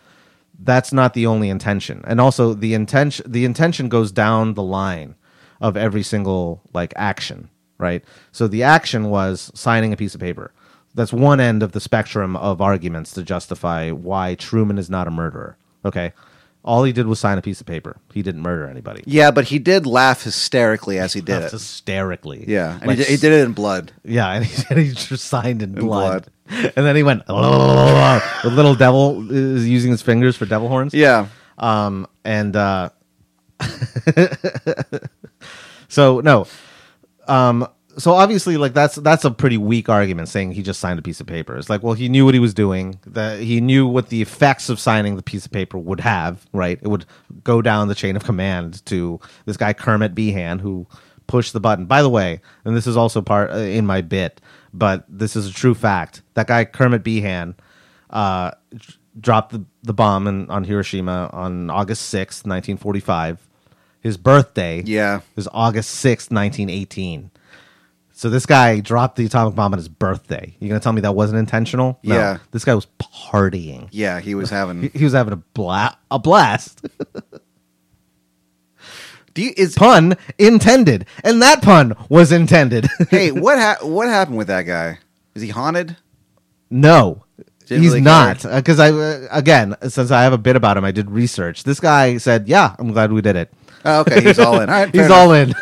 S3: that's not the only intention and also the intention the intention goes down the line of every single like action right so the action was signing a piece of paper that's one end of the spectrum of arguments to justify why truman is not a murderer okay all he did was sign a piece of paper he didn't murder anybody
S2: Yeah, but he did laugh hysterically as he did it.
S3: hysterically
S2: Yeah, and
S3: Like,
S2: he, did, he did it in blood.
S3: yeah, and he, and he just signed in blood. And then he went, the little devil is using his fingers for devil horns.
S2: Yeah,
S3: Um, and uh, so no, um, so obviously, like that's that's a pretty weak argument saying he just signed a piece of paper. It's like, well, he knew what he was doing. That he knew what the effects of signing the piece of paper would have. Right, it would go down the chain of command to this guy Kermit Behan who pushed the button. By the way, and this is also part uh, in my bit, but this is a true fact. That guy Kermit Behan uh, d- dropped the, the bomb in, on Hiroshima on August sixth, nineteen forty five. His birthday
S2: yeah.
S3: was August sixth, 1918. So this guy dropped the atomic bomb on his birthday. You're going to tell me that wasn't intentional? No.
S2: Yeah.
S3: This guy was partying.
S2: Yeah, he was having.
S3: He was having a, bla- a blast.
S2: Do you, is
S3: pun intended. And that pun was intended.
S2: hey, what ha- what happened with that guy? Is he haunted?
S3: No,
S2: Didn't
S3: he's
S2: really
S3: not. Because I, uh, again, since I have a bit about him, I did research. This guy said, "Yeah, I'm glad we did it."
S2: Oh, okay, he's all in. All right, fair
S3: he's
S2: enough.
S3: all in.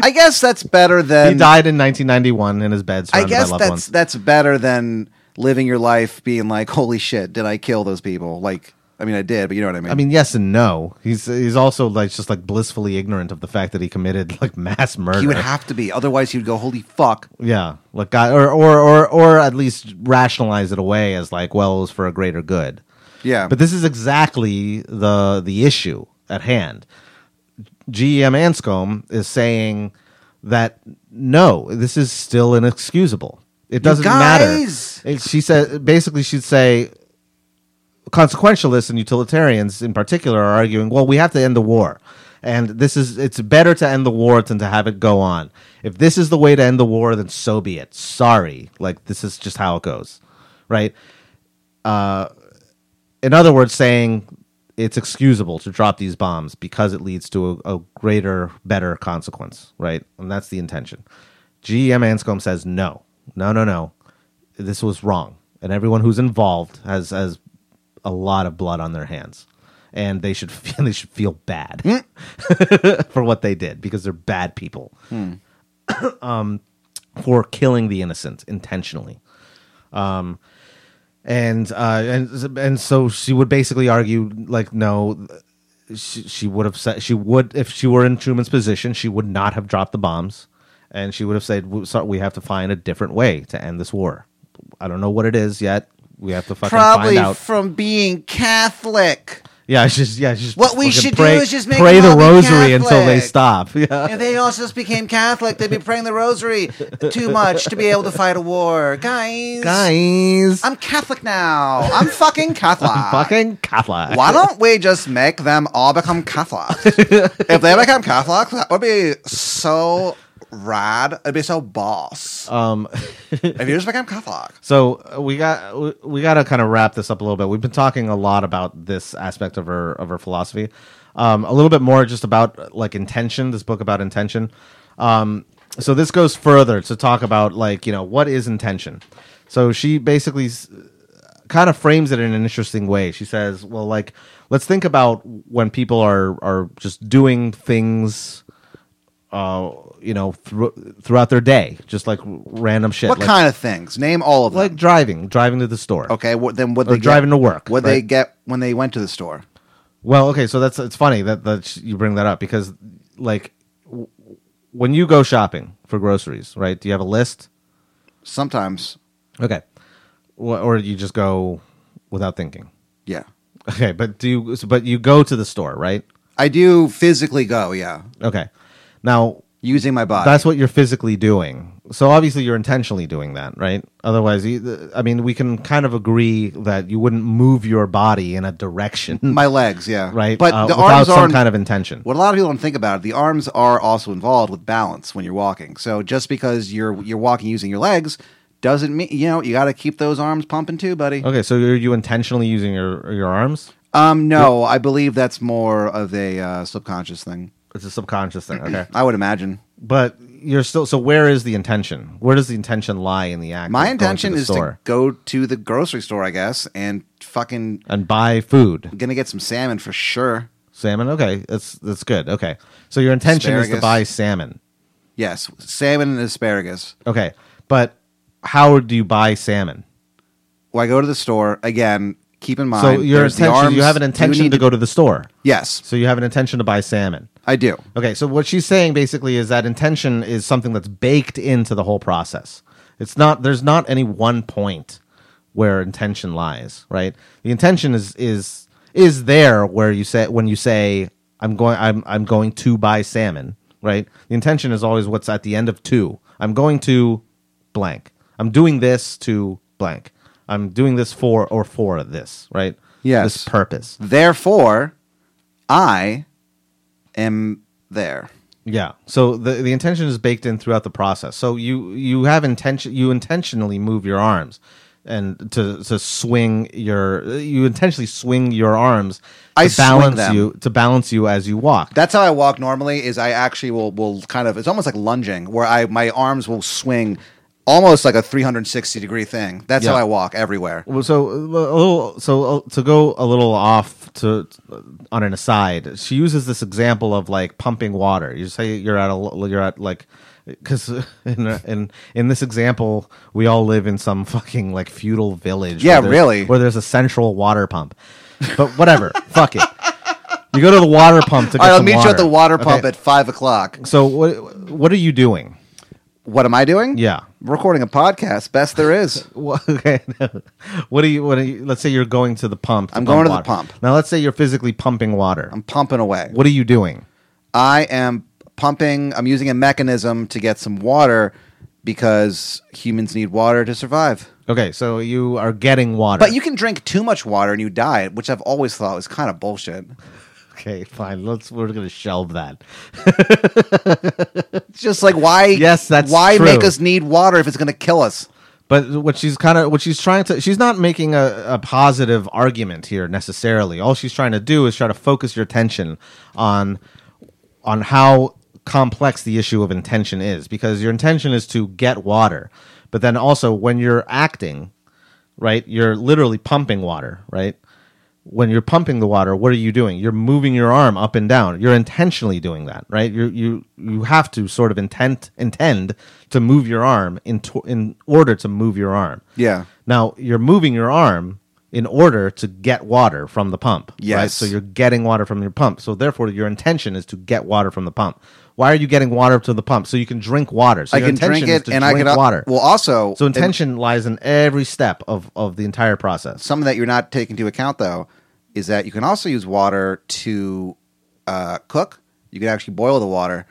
S2: I guess that's better
S3: he
S2: than.
S3: died in 1991 in his bed,
S2: I
S3: surrounded
S2: guess
S3: by loved
S2: that's
S3: ones.
S2: that's better than living your life being like, holy shit, did I kill those people? Like, I mean, I did, but you know what I mean.
S3: I mean, yes and no. He's he's also like just like blissfully ignorant of the fact that he committed like mass murder.
S2: he would have to be, otherwise, he would go, holy fuck.
S3: yeah, like God, or or or or at least rationalize it away as like, well, it was for a greater good.
S2: Yeah,
S3: But this is exactly the the issue at hand. GM Anscombe is saying that no, this is still inexcusable. It doesn't
S2: guys!
S3: matter. It- she said basically she'd say consequentialists and utilitarians in particular are arguing, well, we have to end the war. And this is it's better to end the war than to have it go on. If this is the way to end the war, then so be it. Sorry. Like this is just how it goes. Right? in other words, saying it's excusable to drop these bombs because it leads to a, a greater, better consequence, right? And that's the intention. GM Anscombe says no, no, no, no. This was wrong, and everyone who's involved has has a lot of blood on their hands, and they should feel, they should feel bad for what they did because they're bad people
S2: Hmm.
S3: um, for killing the innocent intentionally Um, and uh, and and so she would basically argue like no, she, she would have said she would if she were in Truman's position she would not have dropped the bombs, and she would have said "We- sorry, we have to find a different way to end this war. I don't know what it is yet. We have to fucking
S2: probably
S3: find out.
S2: from being Catholic.
S3: Yeah, it's just yeah, it's just
S2: What we
S3: fucking
S2: should do
S3: pray,
S2: is just make
S3: pray
S2: them
S3: the
S2: all be
S3: rosary until they
S2: Catholic.
S3: stop. Yeah.
S2: If they all just became Catholic, they'd be praying the rosary too much to be able to fight a war. Guys.
S3: Guys,
S2: I'm Catholic now. I'm fucking Catholic.
S3: fucking Catholic.
S2: Why don't we just make them all become Catholic? if they become Catholic, that would be so rad. It'd be so boss.
S3: Um,
S2: If you just become Catholic.
S3: so uh, we got we, we got to kind of wrap this up a little bit. We've been talking a lot about this aspect of her of her philosophy. Um, a little bit more just about uh, like intention. This book about intention. Um, so this goes further to talk about like you know what is intention. So she basically s- kind of frames it in an interesting way. She says, "Well, like let's think about when people are are just doing things." Uh, you know, thro- throughout their day, just like r- random shit.
S2: What
S3: like-
S2: kind of things? Name all of them.
S3: like driving, driving to the store.
S2: okay, what, then what
S3: Or
S2: they get-
S3: driving to work,
S2: What they
S3: right?
S2: get when they went to the store?
S3: Well, okay, so that's it's funny that that sh- you bring that up because like w- when you go shopping for groceries, right? Do you have a list?
S2: Sometimes,
S3: Okay. Wh- Or you just go without thinking.
S2: yeah.
S3: Okay, but do you so- but you go to the store, right?
S2: I do physically go, yeah,
S3: Okay. Now,
S2: using my body.
S3: that's what you're physically doing. So obviously you're intentionally doing that, right? Otherwise, you- I mean, we can kind of agree that you wouldn't move your body in a direction,
S2: my legs, yeah.
S3: right?
S2: But
S3: Uh,
S2: the
S3: without
S2: arms
S3: some
S2: are
S3: kind of intention.
S2: What a lot of people don't think about, the arms are also involved with balance when you're walking. So just because you're you're walking using your legs doesn't mean you know you got to keep those arms pumping too, buddy.
S3: Okay, so are you intentionally using your your arms?
S2: Um, no, I believe that's more of a uh, subconscious thing.
S3: It's a subconscious thing. Okay,
S2: I would imagine.
S3: but you're still. So where is the intention? Where does the intention lie in the act?
S2: My
S3: of going to
S2: intention
S3: the
S2: is
S3: store
S2: to go to the grocery store, I guess, and fucking
S3: and buy food,
S2: gonna get some salmon for sure.
S3: salmon. Okay, that's that's good. Okay, so your intention is to
S2: Asparagus.
S3: buy salmon.
S2: Yes, salmon and asparagus.
S3: Okay, but how do you buy salmon?
S2: Well, I go to the store again. Keep in mind,
S3: so your
S2: there's the
S3: intention, you
S2: arms.
S3: have an
S2: Do
S3: intention
S2: need
S3: to go to the store.
S2: Yes,
S3: So you have an intention to buy salmon.
S2: I do.
S3: Okay, so what she's saying basically is that intention is something that's baked into the whole process. It's not there's not any one point where intention lies, right? The intention is is is there where you say when you say I'm going I'm I'm going to buy salmon, right? The intention is always what's at the end of two. I'm going to blank. I'm doing this to blank. I'm doing this for or for this, right?
S2: Yes.
S3: This purpose.
S2: Therefore, I am there.
S3: Yeah. So the the intention is baked in throughout the process. So you you have intention you intentionally move your arms and to to swing your you intentionally swing your arms to
S2: I swing
S3: balance
S2: them.
S3: you to balance you as you walk.
S2: That's how I walk normally. Is I actually will will kind of it's almost like lunging, where I my arms will swing almost like a 360 degree thing. That's
S3: Yeah.
S2: how I walk everywhere.
S3: Well, so uh, a little so uh, to go a little off to on an aside she uses this example of like pumping water you say you're at a l- you're at like because in, in in this example we all live in some fucking like feudal village
S2: Yeah,
S3: where there's-
S2: really.
S3: where there's a central water pump but whatever fuck it you go to the water pump to get
S2: All right, I'll
S3: some
S2: meet you at the water
S3: Okay,
S2: pump at five o'clock.
S3: so what what are you doing
S2: What am I doing?
S3: yeah
S2: recording a podcast. Best there is.
S3: Well, okay. what do you? What do you? Let's say you're going to the pump.
S2: I'm going to the
S3: water.
S2: pump.
S3: Now, let's say you're physically pumping water.
S2: I'm pumping away.
S3: what are you doing?
S2: I am pumping. I'm using a mechanism to get some water because humans need water to survive.
S3: Okay, so you are getting water.
S2: But you can drink too much water and you die, which I've always thought was kind of bullshit.
S3: okay? Fine. Let's. We're gonna shelve that.
S2: It's just like why?
S3: Yes, that's
S2: why
S3: true.
S2: make us need water if it's going to kill us.
S3: But what she's kind of what she's trying to she's not making a, a positive argument here necessarily. All she's trying to do is try to focus your attention on on how complex the issue of intention is because your intention is to get water. But then also when you're acting, right? You're literally pumping water, right? When you're pumping the water, what are you doing? You're moving your arm up and down. You're intentionally doing that, right? You you you have to sort of intent intend to move your arm in to, in order to move your arm.
S2: Yeah.
S3: Now you're moving your arm in order to get water from the pump. Right?
S2: Yes.
S3: So you're getting water from your pump. So therefore, your intention is to get water from the pump. Why are you getting water to the pump? So you can drink water. So
S2: I
S3: your
S2: can drink
S3: intention is
S2: it
S3: to
S2: and I
S3: drink
S2: can al-
S3: water.
S2: Well, also
S3: so
S2: and
S3: intention lies in every step of of the entire process.
S2: something that you're not taking into account though is that you can also use water to uh, cook. You can actually boil the water.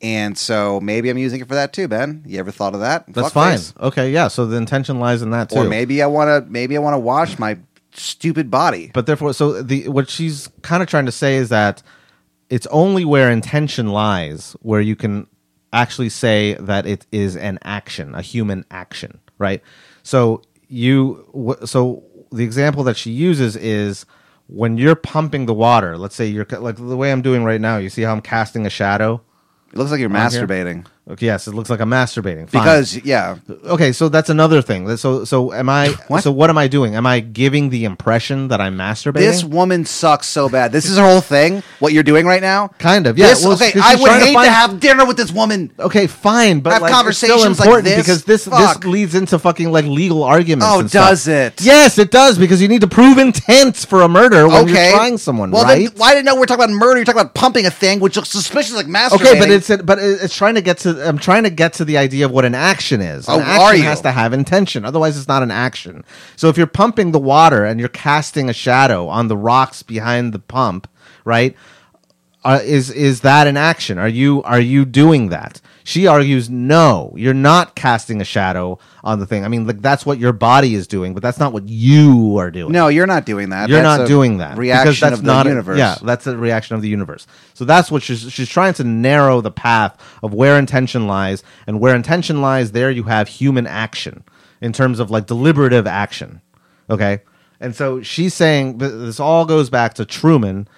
S2: And so maybe I'm using it for that too, Ben. You ever thought of that?
S3: That's
S2: Fuckface.
S3: fine. Okay, yeah. So the intention lies in that too.
S2: Or maybe I want to maybe I want to wash my stupid body.
S3: But therefore, so the what she's kind of trying to say is that it's only where intention lies where you can actually say that it is an action, a human action, right? So you, wh- so the example that she uses is when you're pumping the water. Let's say you're ca- like the way I'm doing right now. You see how I'm casting a shadow.
S2: It looks like you're
S3: On here?
S2: masturbating.
S3: Okay, yes, it looks like I'm masturbating Fine
S2: Because yeah,
S3: okay so that's another thing That- so so am i
S2: What?
S3: so what am i doing am i giving the impression that i'm masturbating
S2: this woman sucks so bad. This is her whole thing. What you're doing right now?
S3: kind of yeah
S2: This-
S3: well,
S2: okay,
S3: 'cause
S2: I
S3: she's
S2: would
S3: trying
S2: hate to,
S3: find-
S2: have dinner with this woman.
S3: okay fine but
S2: have
S3: like, it's
S2: conversations
S3: still
S2: like
S3: important
S2: this?
S3: because this
S2: Fuck.
S3: this leads into fucking like legal arguments
S2: Oh,
S3: and stuff.
S2: does it?
S3: yes it does because you need to prove intent for a murder when
S2: okay,
S3: you're trying someone
S2: Well,
S3: right
S2: then why didn't know we're talking about murder? You're talking about pumping a thing, which looks suspicious, like masturbating.
S3: Okay, but it's but it- it's trying to get to. I'm trying to get to the idea of what an action is. An
S2: Oh,
S3: action
S2: are you?
S3: has to have intention, otherwise it's not an action. So if you're pumping the water and you're casting a shadow on the rocks behind the pump, right? Uh, is is that an action? Are you are you doing that? She argues, no, you're not casting a shadow on the thing. I mean, like that's what your body is doing, but that's not what you are doing.
S2: no, you're not doing that.
S3: You're
S2: That's
S3: not
S2: a
S3: doing that
S2: Reaction
S3: because that's
S2: of the
S3: not a-
S2: universe.
S3: yeah, that's a reaction of the universe. So that's what she's she's trying to narrow the path of where intention lies, and where intention lies, there you have human action in terms of like deliberative action. Okay, and so she's saying th- this all goes back to Truman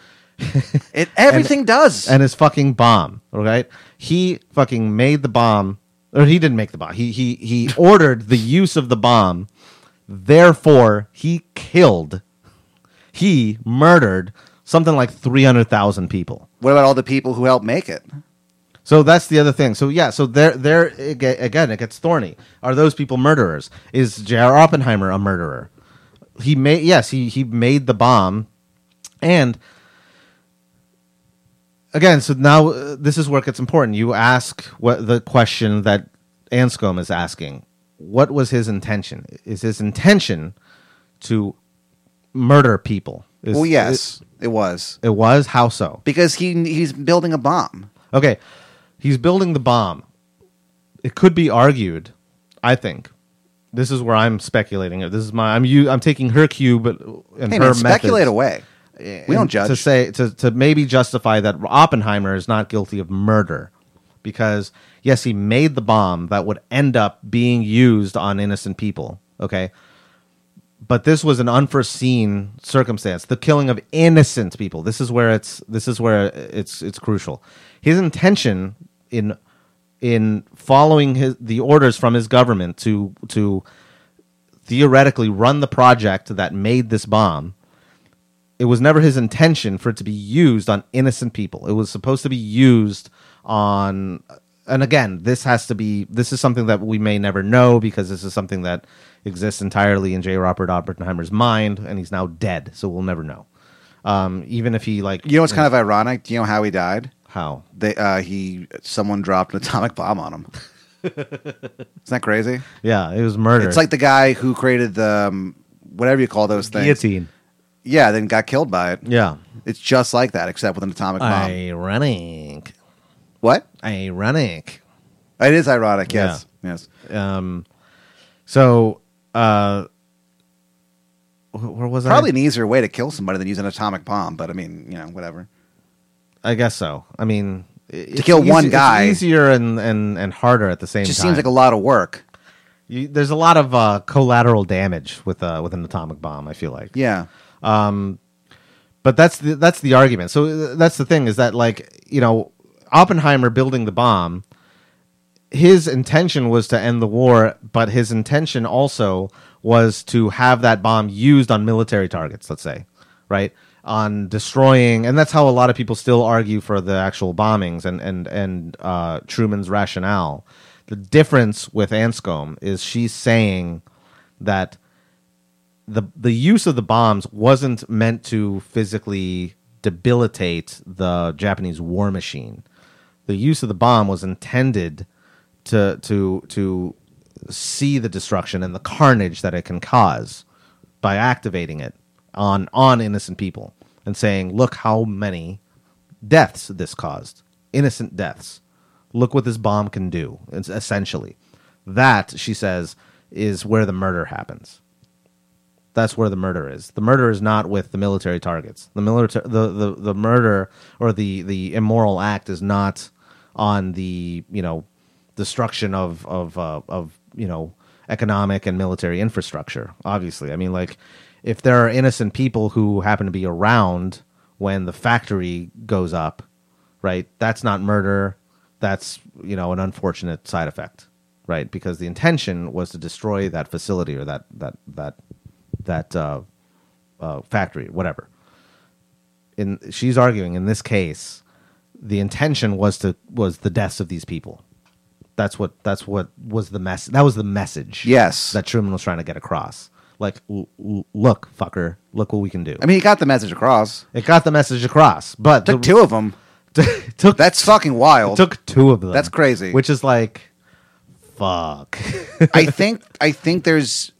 S2: It everything does.
S3: and his fucking bomb. All right, he fucking made the bomb, or he didn't make the bomb. He he he ordered the use of the bomb. Therefore, he killed, he murdered something like three hundred thousand people.
S2: what about all the people who helped make it?
S3: So that's the other thing. So yeah, so there, there it ge- again, it gets thorny. Are those people murderers? Is J.R. Oppenheimer a murderer? He made yes, he he made the bomb, and again, so now uh, this is where it gets important. You ask what the question that Anscombe is asking: What was his intention? Is his intention to murder people? Is,
S2: well, yes, it was
S3: it, it was. How so?
S2: because he he's building a bomb.
S3: Okay, he's building the bomb. It could be argued, I think. This is where I'm speculating. This is my I'm you I'm taking her cue, but and
S2: Hey,
S3: her
S2: man, speculate
S3: methods
S2: away. We
S3: and
S2: don't
S3: to
S2: judge.
S3: say to to maybe justify that Oppenheimer is not guilty of murder because yes, he made the bomb that would end up being used on innocent people. Okay. But this was an unforeseen circumstance, the killing of innocent people. This is where it's this is where it's it's crucial. His intention in in following his the orders from his government to to theoretically run the project that made this bomb it was never his intention for it to be used on innocent people. It was supposed to be used on and again, this has to be this is something that we may never know because this is something that exists entirely in J. Robert Oppenheimer's mind and he's now dead, so we'll never know. Um, even if he like
S2: You know what's kind of ironic? Do you know how he died?
S3: how
S2: They uh, he someone dropped an atomic bomb on him. Isn't that crazy?
S3: yeah, it was murder.
S2: It's like the guy who created the um, whatever you call those things.
S3: guillotine.
S2: Yeah, then got killed by it.
S3: Yeah.
S2: It's just like that, except with an atomic bomb.
S3: Ironic.
S2: What?
S3: Ironic.
S2: It is ironic. Yes. Yes.
S3: Um so uh wh- where was I?
S2: Probably an easier way to kill somebody than use an atomic bomb, but I mean, you know, whatever.
S3: I guess so. I mean, to
S2: kill one guy-
S3: it's easier and, and, and harder at the same
S2: It just
S3: time.
S2: seems like a lot of work.
S3: you, there's a lot of uh, collateral damage with uh, with an atomic bomb. I feel like,
S2: Yeah.
S3: but that's the that's the argument. So uh, that's the thing is that like you know Oppenheimer building the bomb, his intention was to end the war, but his intention also was to have that bomb used on military targets. Let's say, right on destroying, and that's how a lot of people still argue for the actual bombings and and and uh, Truman's rationale. The difference with Anscombe is she's saying that the the use of the bombs wasn't meant to physically debilitate the Japanese war machine. The use of the bomb was intended to to to see the destruction and the carnage that it can cause by activating it on on innocent people and saying, "Look how many deaths this caused, innocent deaths. Look what this bomb can do." It's essentially that she says is where the murder happens. That's where the murder is. The murder is not with the military targets. The military, the, the the murder or the the immoral act is not on the you know destruction of of uh, of you know economic and military infrastructure. Obviously, I mean, like if there are innocent people who happen to be around when the factory goes up, right? That's not murder. That's you know an unfortunate side effect, right? Because the intention was to destroy that facility or that that that that uh, uh, factory, whatever. In she's arguing in this case, the intention was to was the deaths of these people. That's what that's what was the mess. That was the message.
S2: Yes.
S3: that Truman was trying to get across. Like, l- l- look, fucker, look what we can do.
S2: I mean, he got the message across.
S3: it got the message across, but
S2: Took
S3: the-
S2: two of them.
S3: took
S2: That's fucking wild.
S3: it took two of them.
S2: That's crazy.
S3: Which is like, fuck.
S2: I think. I think there's.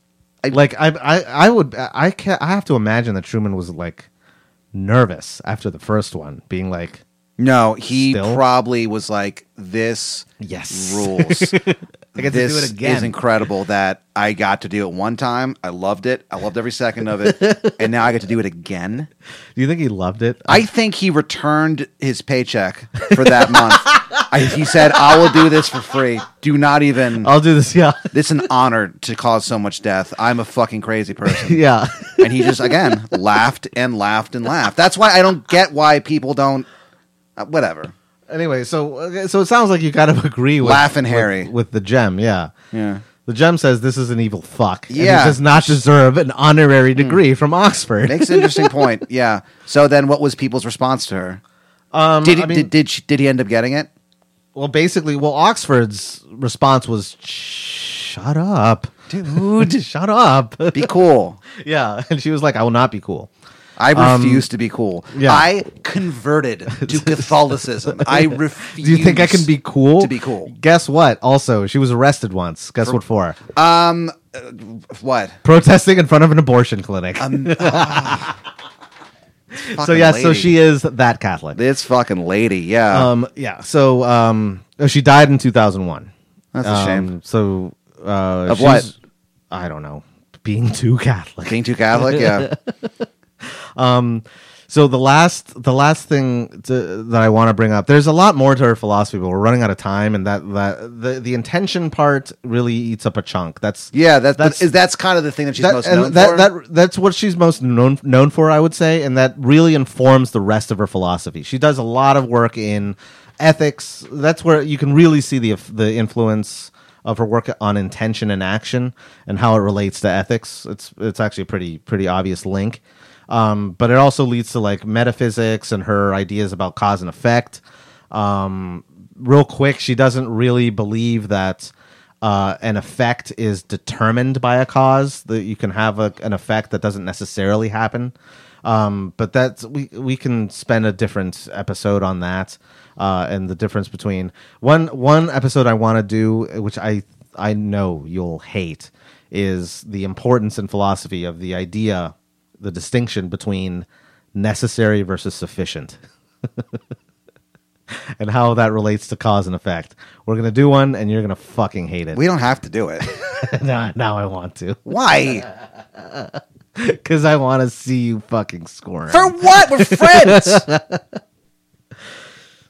S2: I,
S3: like I, I, I would, I can I have to imagine that Truman was like nervous after the first one, being like,
S2: no, he
S3: Still?
S2: probably was like, "This
S3: Yes.
S2: rules.
S3: I get to
S2: this
S3: do it again.
S2: is incredible that I got to do it one time. I loved it. I loved every second of it, and now I get to do it again."
S3: Do you think he loved it?
S2: I think he returned his paycheck for that month. I, he said, "I will do this for free. Do not even.
S3: I'll do this. Yeah,
S2: This is an honor to cause so much death. I'm a fucking crazy person."
S3: yeah.
S2: And he just again laughed and laughed and laughed. That's why I don't get why people don't. Uh, whatever.
S3: anyway, so okay, so it sounds like you kind of agree with
S2: Laughing
S3: with-
S2: Harry.
S3: with the gem. Yeah,
S2: Yeah.
S3: The gem says this is an evil fuck. and
S2: Yeah. Hmm.
S3: he does not deserve an honorary degree from Oxford.
S2: Makes an interesting point. Yeah. So then, what was people's response to her?
S3: Um,
S2: Did he,
S3: I mean,
S2: did, did, she, did he end up getting it?
S3: well, basically, well, Oxford's response was, "Shut up, dude, shut up."
S2: Be cool.
S3: yeah, and she was like, "I will not be cool."
S2: I refuse to be cool.
S3: Um, yeah.
S2: I converted to Catholicism. I refuse.
S3: Do you think I can be cool?
S2: To be cool.
S3: Guess what? Also, she was arrested once. Guess what for?
S2: Um, uh, what? Um,
S3: Protesting in front of an abortion clinic. so
S2: Fucking
S3: yeah, so
S2: lady.
S3: she is that Catholic.
S2: This fucking lady. Yeah.
S3: Um, yeah. So um, oh, she died in 2001.
S2: That's a shame.
S3: Um, So uh,
S2: Of
S3: she's-
S2: what?
S3: I don't know. Being too Catholic.
S2: Being too Catholic. Yeah.
S3: So the last, the last thing to, that I want to bring up. There's a lot more to her philosophy, but we're running out of time, and that that the the intention part really eats up a chunk. That's
S2: Yeah. That's
S3: That's-
S2: that's, is, that's kind of the thing that she's
S3: that,
S2: most
S3: and
S2: known
S3: that,
S2: for.
S3: that that's what she's most known known for, I would say, and that really informs the rest of her philosophy. She does a lot of work in ethics. That's where you can really see the the influence of her work on intention and action and how it relates to ethics. It's it's actually a pretty pretty obvious link. Um, but it also leads to like metaphysics and her ideas about cause and effect. Um, real quick, she doesn't really believe that uh, an effect is determined by a cause that you can have a, an effect that doesn't necessarily happen um, but that's we we can spend a different episode on that uh, and the difference between one one episode I want to do which I I know you'll hate is the importance in philosophy of the idea the distinction between necessary versus sufficient and how that relates to cause and effect. We're gonna do one, and you're gonna fucking hate it.
S2: we don't have to do it.
S3: now, now I want to,
S2: Why?
S3: because I want to see you fucking scoring.
S2: For what? We're friends.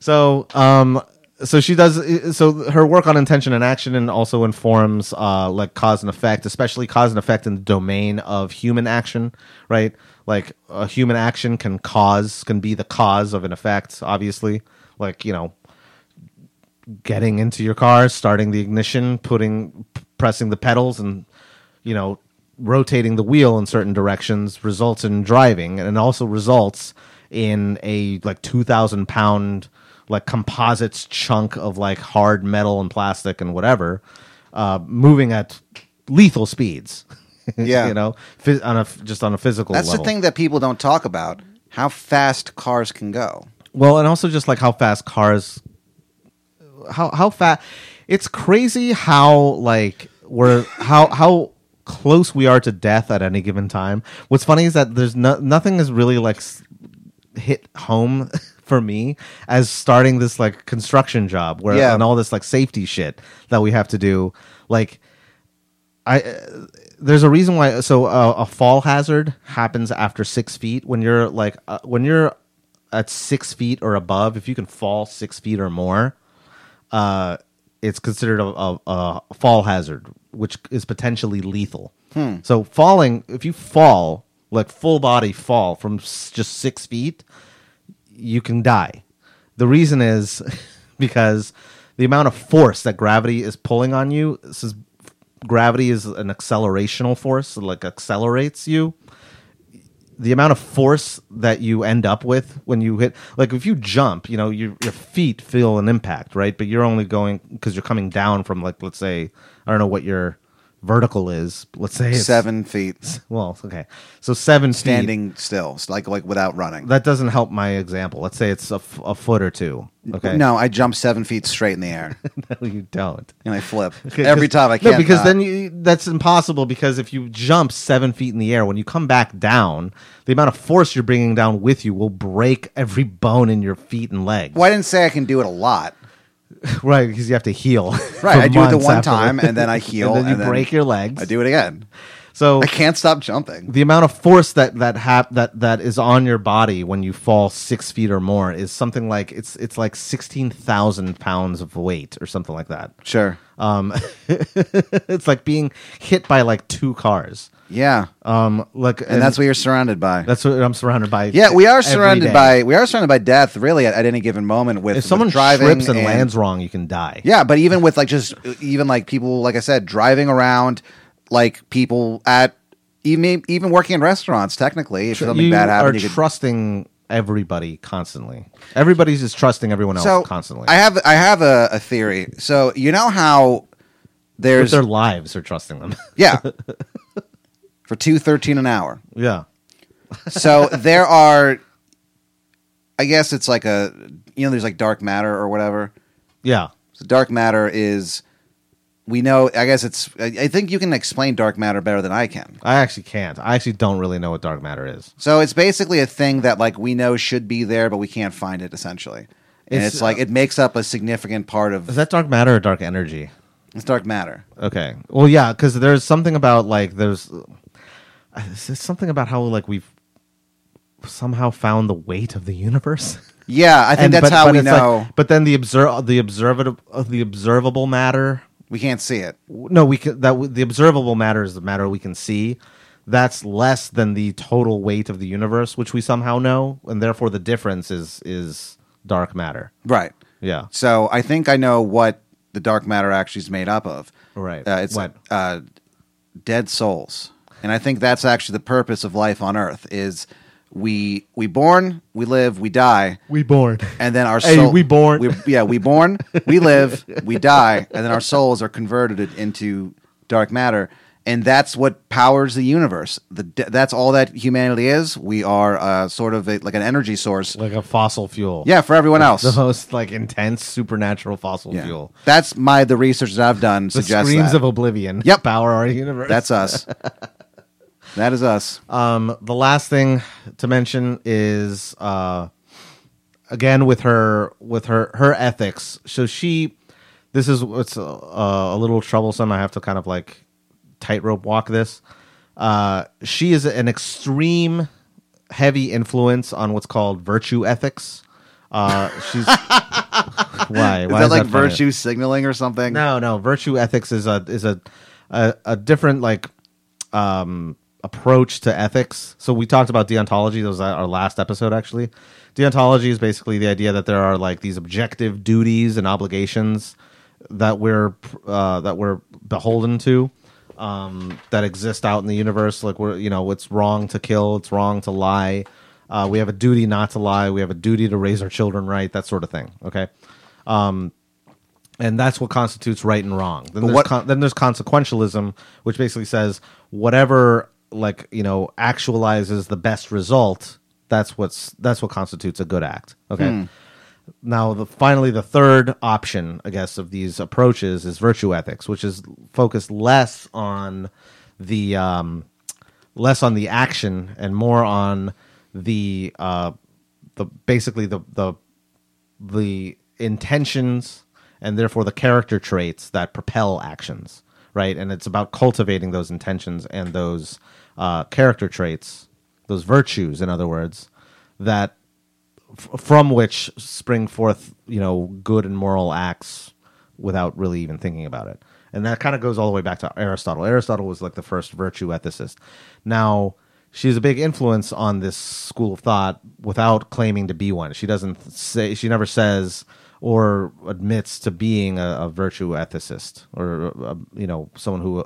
S3: so, um, so she does. So her work on intention and action, and also informs uh, like cause and effect, especially cause and effect in the domain of human action, right? Like a human action can cause, can be the cause of an effect. Obviously, like you know, getting into your car, starting the ignition, putting p- pressing the pedals and you know rotating the wheel in certain directions results in driving and also results in a like 2000 pound like composites chunk of like hard metal and plastic and whatever uh moving at lethal speeds
S2: Yeah.
S3: you know phys- on a f- just on a physical
S2: That's
S3: level
S2: the thing that people don't talk about: how fast cars can go.
S3: Well, and also just like how fast cars, how how fast. It's crazy how like we're how how close we are to death at any given time. What's funny is that there's no, nothing is really like s- hit home for me as starting this like construction job where
S2: Yeah.
S3: and all this like safety shit that we have to do like I uh, there's a reason why. So uh, a fall hazard happens after six feet when you're like uh, when you're at six feet or above. If you can fall six feet or more, uh, it's considered a, a, a fall hazard, which is potentially lethal. So falling, if you fall like full body fall from s- just six feet, you can die. The reason is because the amount of force that gravity is pulling on you, since gravity is an accelerational force, so, like accelerates you, the amount of force that you end up with when you hit, like if you jump, you know, your, your feet feel an impact, right? But you're only going because you're coming down from, like, let's say, I don't know what your vertical is. Let's say it's-
S2: seven feet
S3: Well, okay. So seven feet
S2: standing still, s- like like without running.
S3: that doesn't help my example. Let's say it's a, f- a foot or two. Okay.
S2: No, I jump seven feet straight in the air
S3: no you don't.
S2: and I flip
S3: 'Cause-
S2: every time I can.
S3: No, because then you, that's impossible. Because if you jump seven feet in the air, when you come back down, the amount of force you're bringing down with you will break every bone in your feet and legs.
S2: well, I didn't say I can do it a lot.
S3: Right, because you have to heal.
S2: Right,
S3: for
S2: I do it the
S3: months
S2: one
S3: after.
S2: time and then I heal
S3: and then you
S2: and then
S3: break your legs.
S2: I do it again.
S3: So
S2: I can't stop jumping.
S3: the amount of force that that hap- that that is on your body when you fall six feet or more is something like it's it's like sixteen thousand pounds of weight or something like that.
S2: Sure.
S3: Um, it's like being hit by like two cars.
S2: Yeah,
S3: Um, like, and,
S2: and that's what you're surrounded by.
S3: that's what I'm surrounded by.
S2: Yeah, we are
S3: every
S2: surrounded
S3: day.
S2: by we are surrounded by death really at, at any given moment with
S3: If
S2: with
S3: someone
S2: driving
S3: trips and, lands wrong, you can die.
S2: Yeah, but even with like just e, even like people like I said driving around like people at even even working in restaurants technically if something
S3: you
S2: bad
S3: are
S2: happened you could-
S3: trusting everybody constantly. Everybody's just trusting everyone else
S2: so
S3: constantly.
S2: I have I have a, a theory. So you know how
S3: With
S2: there's
S3: their lives are trusting them.
S2: yeah for two thirteen an hour.
S3: yeah.
S2: so there are i guess it's like a you know there's like dark matter or whatever
S3: Yeah.
S2: so dark matter is we know i guess it's i I think you can explain dark matter better than i can
S3: I actually can't. I actually don't really know what dark matter is.
S2: so it's basically a thing that like we know should be there but we can't find it essentially and
S3: It's,
S2: it's, like
S3: uh,
S2: it makes up a significant part of
S3: Is that dark matter or dark energy?
S2: it's dark matter
S3: Okay. Well, yeah, because there's something about like there's there's something about how like we've somehow found the weight of the universe.
S2: yeah i think that's how we
S3: it's like-
S2: know
S3: but then the observ the observable of the observable matter.
S2: we can't see it
S3: No, we can that w- the observable matter is the matter we can see. That's less than the total weight of the universe, which we somehow know, and therefore the difference is is dark matter.
S2: right
S3: Yeah.
S2: so i think i know what the dark matter actually is made up of
S3: Right.
S2: Uh, it's
S3: What?
S2: Uh, dead souls, and I think that's actually the purpose of life on Earth: is we we born, we live, we die,
S3: We born.
S2: and then our
S3: Hey,
S2: soul.
S3: we born.
S2: yeah, we born, we live, we die, and then our souls are converted it- into dark matter, and that's what powers the universe. The de- that's all that humanity is. We are uh, sort of a, like an energy source.
S3: Like a fossil fuel.
S2: Yeah, for everyone else.
S3: The most like intense supernatural fossil
S2: Yeah.
S3: fuel.
S2: That's my the research that I've done
S3: The
S2: suggests
S3: screams
S2: that.
S3: of oblivion.
S2: Yep.
S3: Power our universe.
S2: that's us. that is us.
S3: um the last thing to mention is uh again with her with her her ethics. So she this is what's uh, a little troublesome. I have to kind of like tightrope walk this. Uh she is an extreme heavy influence on what's called virtue ethics. Uh she's why? Why
S2: Is that like
S3: funny?
S2: virtue signaling or something?
S3: No, no. Virtue ethics is a is a a, a different like um, approach to ethics. So we talked about deontology. That was our last episode, actually. Deontology is basically the idea that there are like these objective duties and obligations that we're uh, that we're beholden to um, that exist out in the universe. Like we're you know it's wrong to kill, it's wrong to lie. Uh, we have a duty not to lie. We have a duty to raise our children right. That sort of thing. Okay and that's what constitutes right and wrong. Then there's,
S2: what-
S3: con- then there's consequentialism, which basically says whatever like you know actualizes the best result. That's what's that's what constitutes a good act. Okay. Now, the, finally, the third option, I guess, of these approaches is virtue ethics, which is focused less on the um, less on the action and more on the uh, the basically the the the intentions and therefore the character traits that propel actions, right? And it's about cultivating those intentions and those uh, character traits, those virtues, in other words, that f- from which spring forth, you know, good and moral acts without really even thinking about it. And that kind of goes all the way back to Aristotle. Aristotle was like the first virtue ethicist. Now, she's a big influence on this school of thought without claiming to be one. She doesn't say she never says or admits to being a, a virtue ethicist or uh you know someone who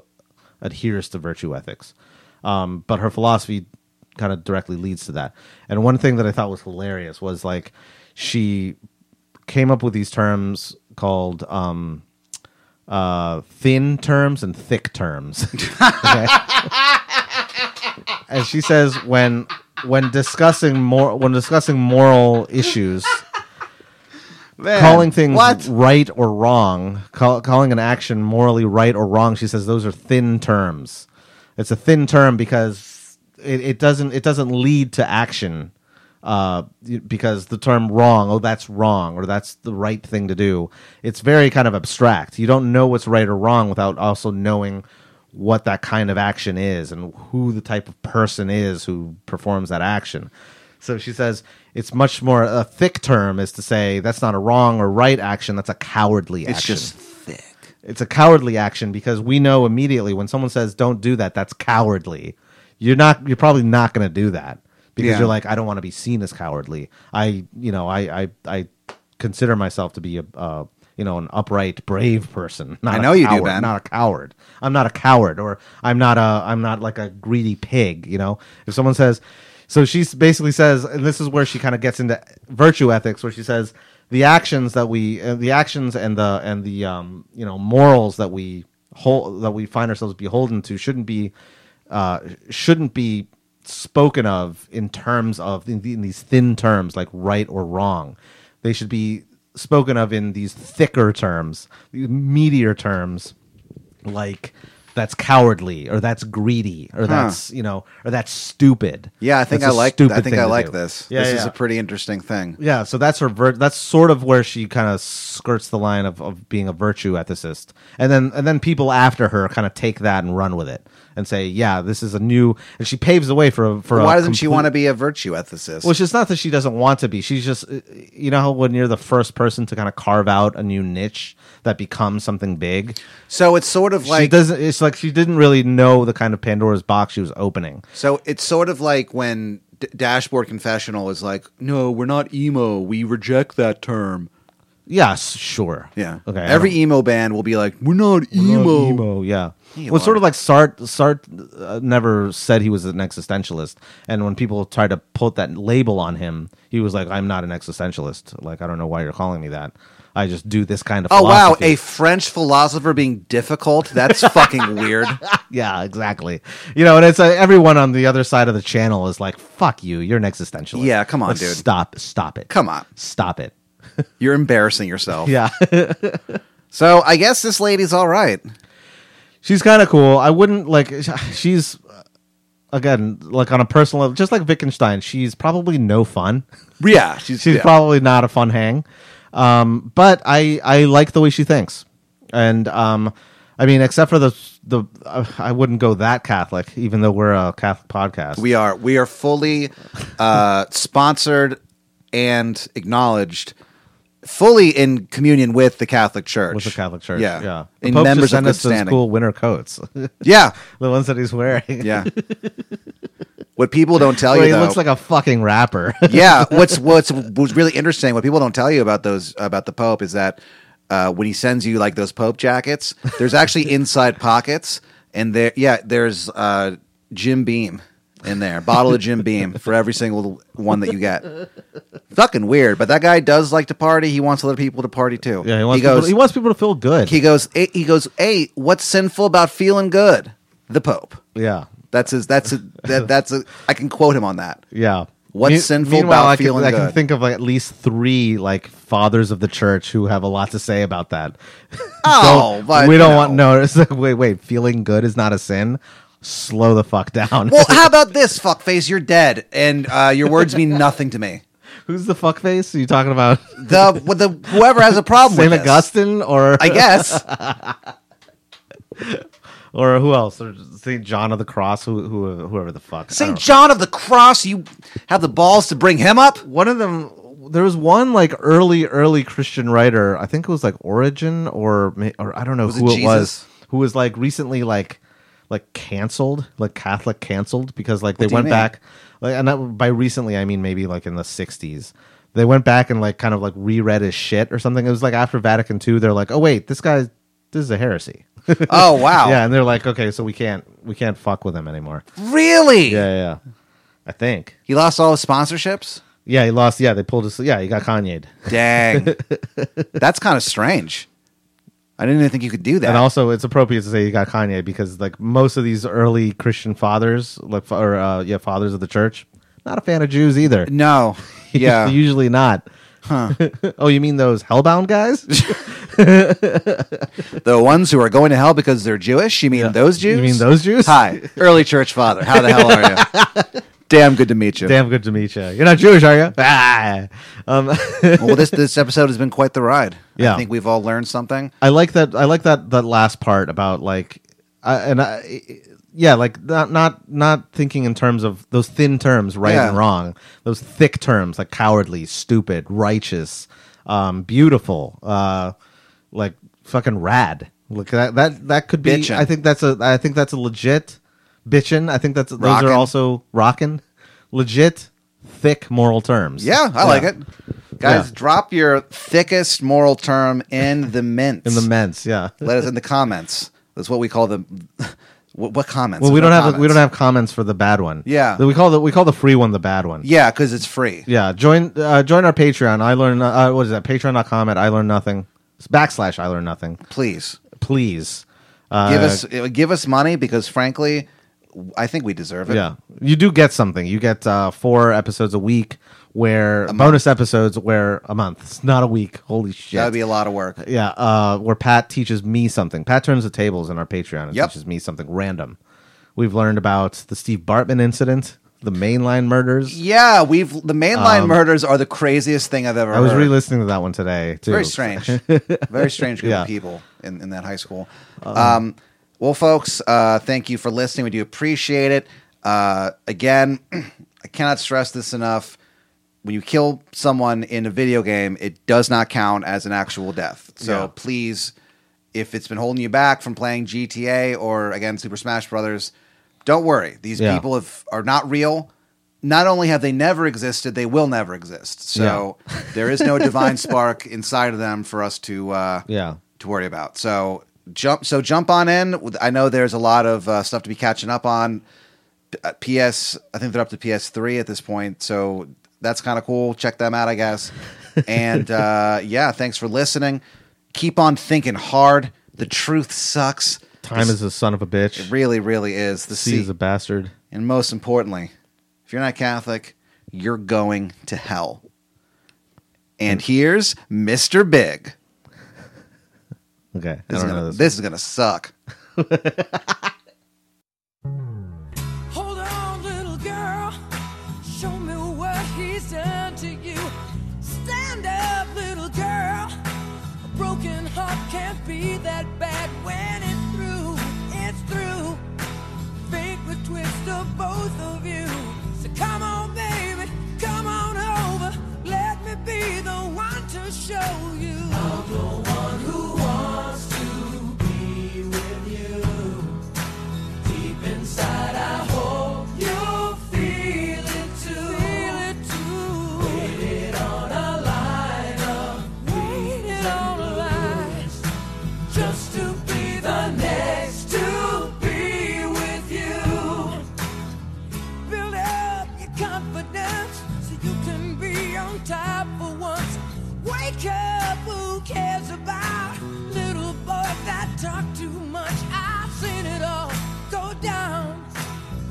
S3: adheres to virtue ethics. Um, but her philosophy kind of directly leads to that. And one thing that I thought was hilarious was like she came up with these terms called um, uh, thin terms and thick terms. Okay? and she says when when discussing more when discussing moral issues,
S2: Man,
S3: calling things
S2: what?
S3: right or wrong, call, calling an action morally right or wrong, she says those are thin terms. It's a thin term because it, it doesn't it doesn't lead to action. Uh, y- because the term wrong, oh, that's wrong, or that's the right thing to do. It's very kind of abstract. You don't know what's right or wrong without also knowing what that kind of action is and who the type of person is who performs that action. So she says it's much more a thick term is to say that's not a wrong or right action. That's a cowardly
S2: It's
S3: action.
S2: just thick.
S3: it's a cowardly action because we know immediately when someone says don't do that, that's cowardly. You're not. You're probably not going to do that because
S2: Yeah.
S3: you're like I don't want to be seen as cowardly. I you know I I, I consider myself to be a uh, you know an upright, brave person. Not
S2: I
S3: a
S2: know you do,
S3: coward,
S2: Ben.
S3: Not a coward. I'm not a coward, or I'm not a I'm not like a greedy pig. You know, if someone says, so she s- basically says, and this is where she kind of gets into virtue ethics, where she says the actions that we, uh, the actions and the and the um you know morals that we hold that we find ourselves beholden to shouldn't be, uh shouldn't be spoken of in terms of in, the- in these thin terms like right or wrong. They should be spoken of in these thicker terms, meatier terms like that's cowardly or that's greedy or that's you know or that's stupid.
S2: Yeah, I think
S3: That's
S2: I
S3: a
S2: like.
S3: stupid
S2: I think
S3: thing
S2: I
S3: to
S2: like
S3: do.
S2: this.
S3: Yeah,
S2: this
S3: yeah.
S2: is a pretty interesting thing.
S3: yeah. So that's her. Vir- that's sort of where she kind of skirts the line of, of being a virtue ethicist, and then and then people after her kind of take that and run with it and say, yeah, this is a new. And she paves the way for a, for.
S2: Why
S3: a
S2: doesn't she
S3: complete-
S2: want to be a virtue ethicist?
S3: Well, it's not that she doesn't want to be. She's just, uh, you know, how when you're the first person to kind of carve out a new niche that becomes something big,
S2: so it's sort of
S3: she
S2: like
S3: doesn't it's like she didn't really know the kind of pandora's box she was opening
S2: so it's sort of like when D- Dashboard Confessional is like, no, we're not emo. We reject that term.
S3: yes sure
S2: Yeah.
S3: okay I
S2: Every emo band will be like, we're not
S3: don't-
S2: emo.
S3: Oh, emo yeah
S2: You
S3: well it's sort of
S2: are.
S3: like sartre sartre uh, never said he was an existentialist and when people tried to put that label on him he was like i'm not an existentialist like i don't know why you're calling me that i just do this kind of
S2: Oh wow,
S3: philosophy."
S2: a French philosopher being difficult. That's fucking weird.
S3: yeah exactly you know and it's uh, everyone on the other side of the channel is like fuck you you're an existentialist
S2: Yeah, come on,
S3: Like,
S2: dude.
S3: stop stop it
S2: Come on.
S3: stop it
S2: You're embarrassing yourself.
S3: yeah
S2: So I guess this lady's all right.
S3: she's kind of cool. I wouldn't like. She's uh, again like on a personal level, just like Wittgenstein. She's probably no fun.
S2: Yeah, she's,
S3: She's
S2: yeah.
S3: probably not a fun hang. Um, but I I like the way she thinks, and um, I mean, except for the the uh, I wouldn't go that Catholic, even though we're a Catholic podcast.
S2: We are we are fully uh, sponsored and acknowledged, fully in communion with the Catholic Church.
S3: with the Catholic Church,
S2: yeah,
S3: yeah. The
S2: in
S3: Pope
S2: members of
S3: just sent
S2: good
S3: us those
S2: standing.
S3: cool winter coats, the
S2: Yeah,
S3: ones that he's wearing.
S2: yeah. what people don't tell
S3: Where
S2: you
S3: he
S2: though,
S3: looks like a fucking rapper.
S2: yeah, what's what's what's really interesting, what people don't tell you about those about the Pope is that uh, when he sends you like those Pope jackets, there's actually inside pockets, and there, yeah, there's uh, Jim Beam in there, bottle of Jim Beam for every single one that you get. Fucking weird, but that guy does like to party. He wants other people to party too.
S3: yeah, he wants,
S2: he goes.
S3: people, he wants people to feel good.
S2: he goes. eh, He goes. Hey, what's sinful about feeling good? The Pope.
S3: yeah,
S2: That's his. That's a. That, that's a. I can quote him on that.
S3: Yeah.
S2: What's sinful
S3: meanwhile,
S2: about
S3: I can,
S2: feeling
S3: I can
S2: good?
S3: think of like, at least three like fathers of the church who have a lot to say about that.
S2: Oh,
S3: Don't-
S2: but
S3: we don't
S2: no.
S3: want no. It's like, wait, wait. Feeling good is not a sin. slow the fuck down.
S2: Well, how about this, fuckface? You're dead, and uh, your words mean nothing to me.
S3: Who's the fuck face? Are you talking about
S2: The, with the whoever has a problem
S3: St.
S2: with this,
S3: Augustine or
S2: I guess.
S3: or who else? Or St. John of the Cross, who, who whoever the fuck. I don't
S2: St.
S3: know.
S2: John of the Cross, you have the balls to bring him up?
S3: One of them there was one like early early Christian writer, I think it was like Origin or ma- or I don't know
S2: Was it
S3: who it, was
S2: Jesus?
S3: who was like recently like like canceled, like Catholic canceled because like
S2: What
S3: they
S2: do you
S3: went
S2: mean?
S3: back like and that, by recently I mean maybe like in the 60s. They went back and like kind of like reread his shit or something. It was like after Vatican II, they're like, "Oh wait, this guy this is a heresy."
S2: Oh, wow.
S3: Yeah, and they're like, okay, so we can't we can't fuck with him anymore.
S2: Really?
S3: Yeah, yeah. yeah. I think.
S2: He lost all his sponsorships?
S3: Yeah, he lost. Yeah, they pulled his. Yeah, he got Kanye'd.
S2: Dang. That's kind of strange. I didn't even think you could do that.
S3: And also, it's appropriate to say he got Kanye because like most of these early Christian fathers, like fa- or uh, yeah, fathers of the church, not a fan of Jews either.
S2: no. Yeah.
S3: usually not. oh, you mean those hellbound guys?
S2: the ones who are going to hell because they're Jewish? You mean those Jews?
S3: You mean those Jews?
S2: Hi, early church father. How the hell are you? Damn good to meet you.
S3: Damn good to meet you. You're not Jewish, are you? Ah. Um,
S2: Well, this this episode has been quite the ride.
S3: Yeah.
S2: I think we've all learned something.
S3: I like that. I like that. That last part about like, I, and I, yeah, like not not not thinking in terms of those thin terms, right
S2: Yeah.
S3: and wrong. Those thick terms like cowardly, stupid, righteous, um, beautiful, uh, like fucking rad. Look that that that could be.
S2: Bitchin'.
S3: I think that's a. I think that's a legit bitchin. I think that's those
S2: Rockin'.
S3: are also rockin', legit, thick moral terms.
S2: Yeah, I like it. Guys,
S3: Yeah.
S2: drop your thickest moral term in the mint.
S3: in the men's. Yeah.
S2: Let us in the comments. That's what we call the what, what comments?
S3: Well, we
S2: What
S3: don't have the, we
S2: comments?
S3: don't have comments for the bad one.
S2: Yeah.
S3: we call the we call the free one the bad one.
S2: Yeah, because it's free.
S3: Yeah, join uh, join our Patreon. I learn uh, what is that? Patreon.com at I learn nothing It's backslash I learn nothing.
S2: Please
S3: Please uh,
S2: give us uh, give us money because frankly, I think we deserve it.
S3: Yeah, you do get something. You get uh, four episodes a week, where bonus episodes where a month. It's not a week. Holy shit!
S2: that would be a lot of work.
S3: yeah, uh, where Pat teaches me something. Pat turns the tables in our Patreon and
S2: Yep.
S3: teaches me something random. We've learned about the Steve Bartman incident, the mainline murders.
S2: Yeah, we've the mainline murders are the craziest thing I've ever.
S3: Um, I was
S2: heard.
S3: re-listening to that one today too.
S2: Very strange. Very strange group
S3: Yeah.
S2: of people in, in that high school. Um, well, folks, uh, thank you for listening. We do appreciate it. Uh, again, I cannot stress this enough. When you kill someone in a video game, it does not count as an actual death. So
S3: Yeah.
S2: please, if it's been holding you back from playing GTA or again Super Smash Brothers, don't worry. These
S3: Yeah.
S2: people have, are not real. Not only have they never existed, they will never exist. So there is no divine spark inside of them for us to uh,
S3: Yeah.
S2: to worry about. So jump so jump on in. With- I know there's a lot of uh, stuff to be catching up on. P- uh, PS, I think they're up to PS3 at this point, so that's kind of cool. Check them out, I guess. And uh, yeah, thanks for listening. Keep on thinking hard. The truth sucks.
S3: Time is a son of a bitch.
S2: Really, really is the
S3: C
S2: sea.
S3: is a bastard.
S2: And most importantly, if you're not Catholic, you're going to hell. And here's Mr. Big.
S3: Okay,
S2: This
S3: I
S2: is
S3: don't
S2: gonna-
S3: know this.
S2: this is going to suck.
S1: Hold on, little girl. Show me what he's done to you. Stand up, little girl. A broken heart can't be that bad when it's through. It's through. Fate would twist the both of you. So come on, baby. Come on over. Let me be the one to show you. I'm the one who wants to be with you. Deep inside, I hope you feel it too. Feel it too. Waited on a line of waited on a line just to be the next to be with you. Build up your confidence so you can be on top for once. Wake up, who cares about little boy that talk too much? I've seen it all go down.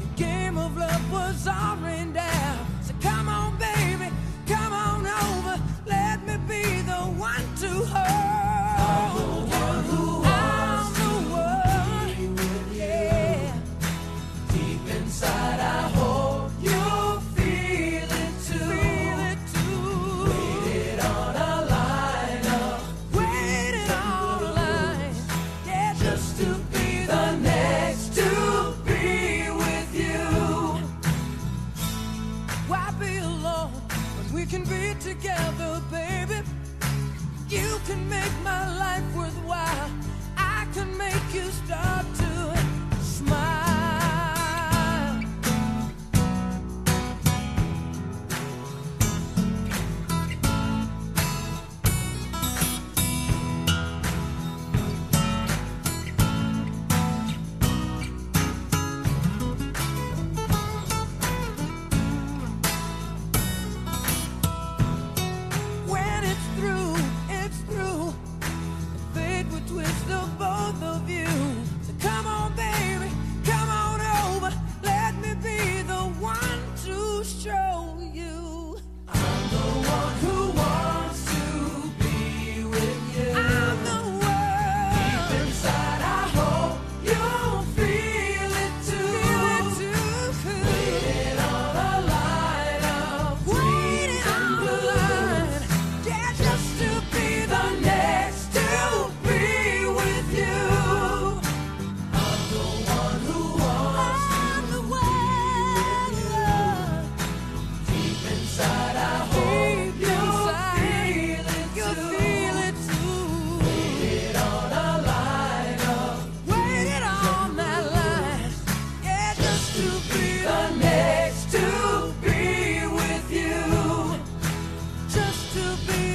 S1: The game of love was all in down. So come on, baby, come on over. Let me be the one to hold. I'm the one who wants to be with you. be together, baby. You can make my life worthwhile. I can make you start to smile. When it's through, it's through. Fate will twist the both of you. So come on, baby, come on over. Let me be the one to show you. I'm the one who wants to be with you. I'm the one. Deep inside, I hope you'll feel it too. Feel it too. Waiting on the line, yeah, just to be the next to be with you. I'm the one who wants to be Deep inside, I hope you feel it too. feel it too. Waiting on a line of, waiting on that line, yeah, just to be the next to be with you just to be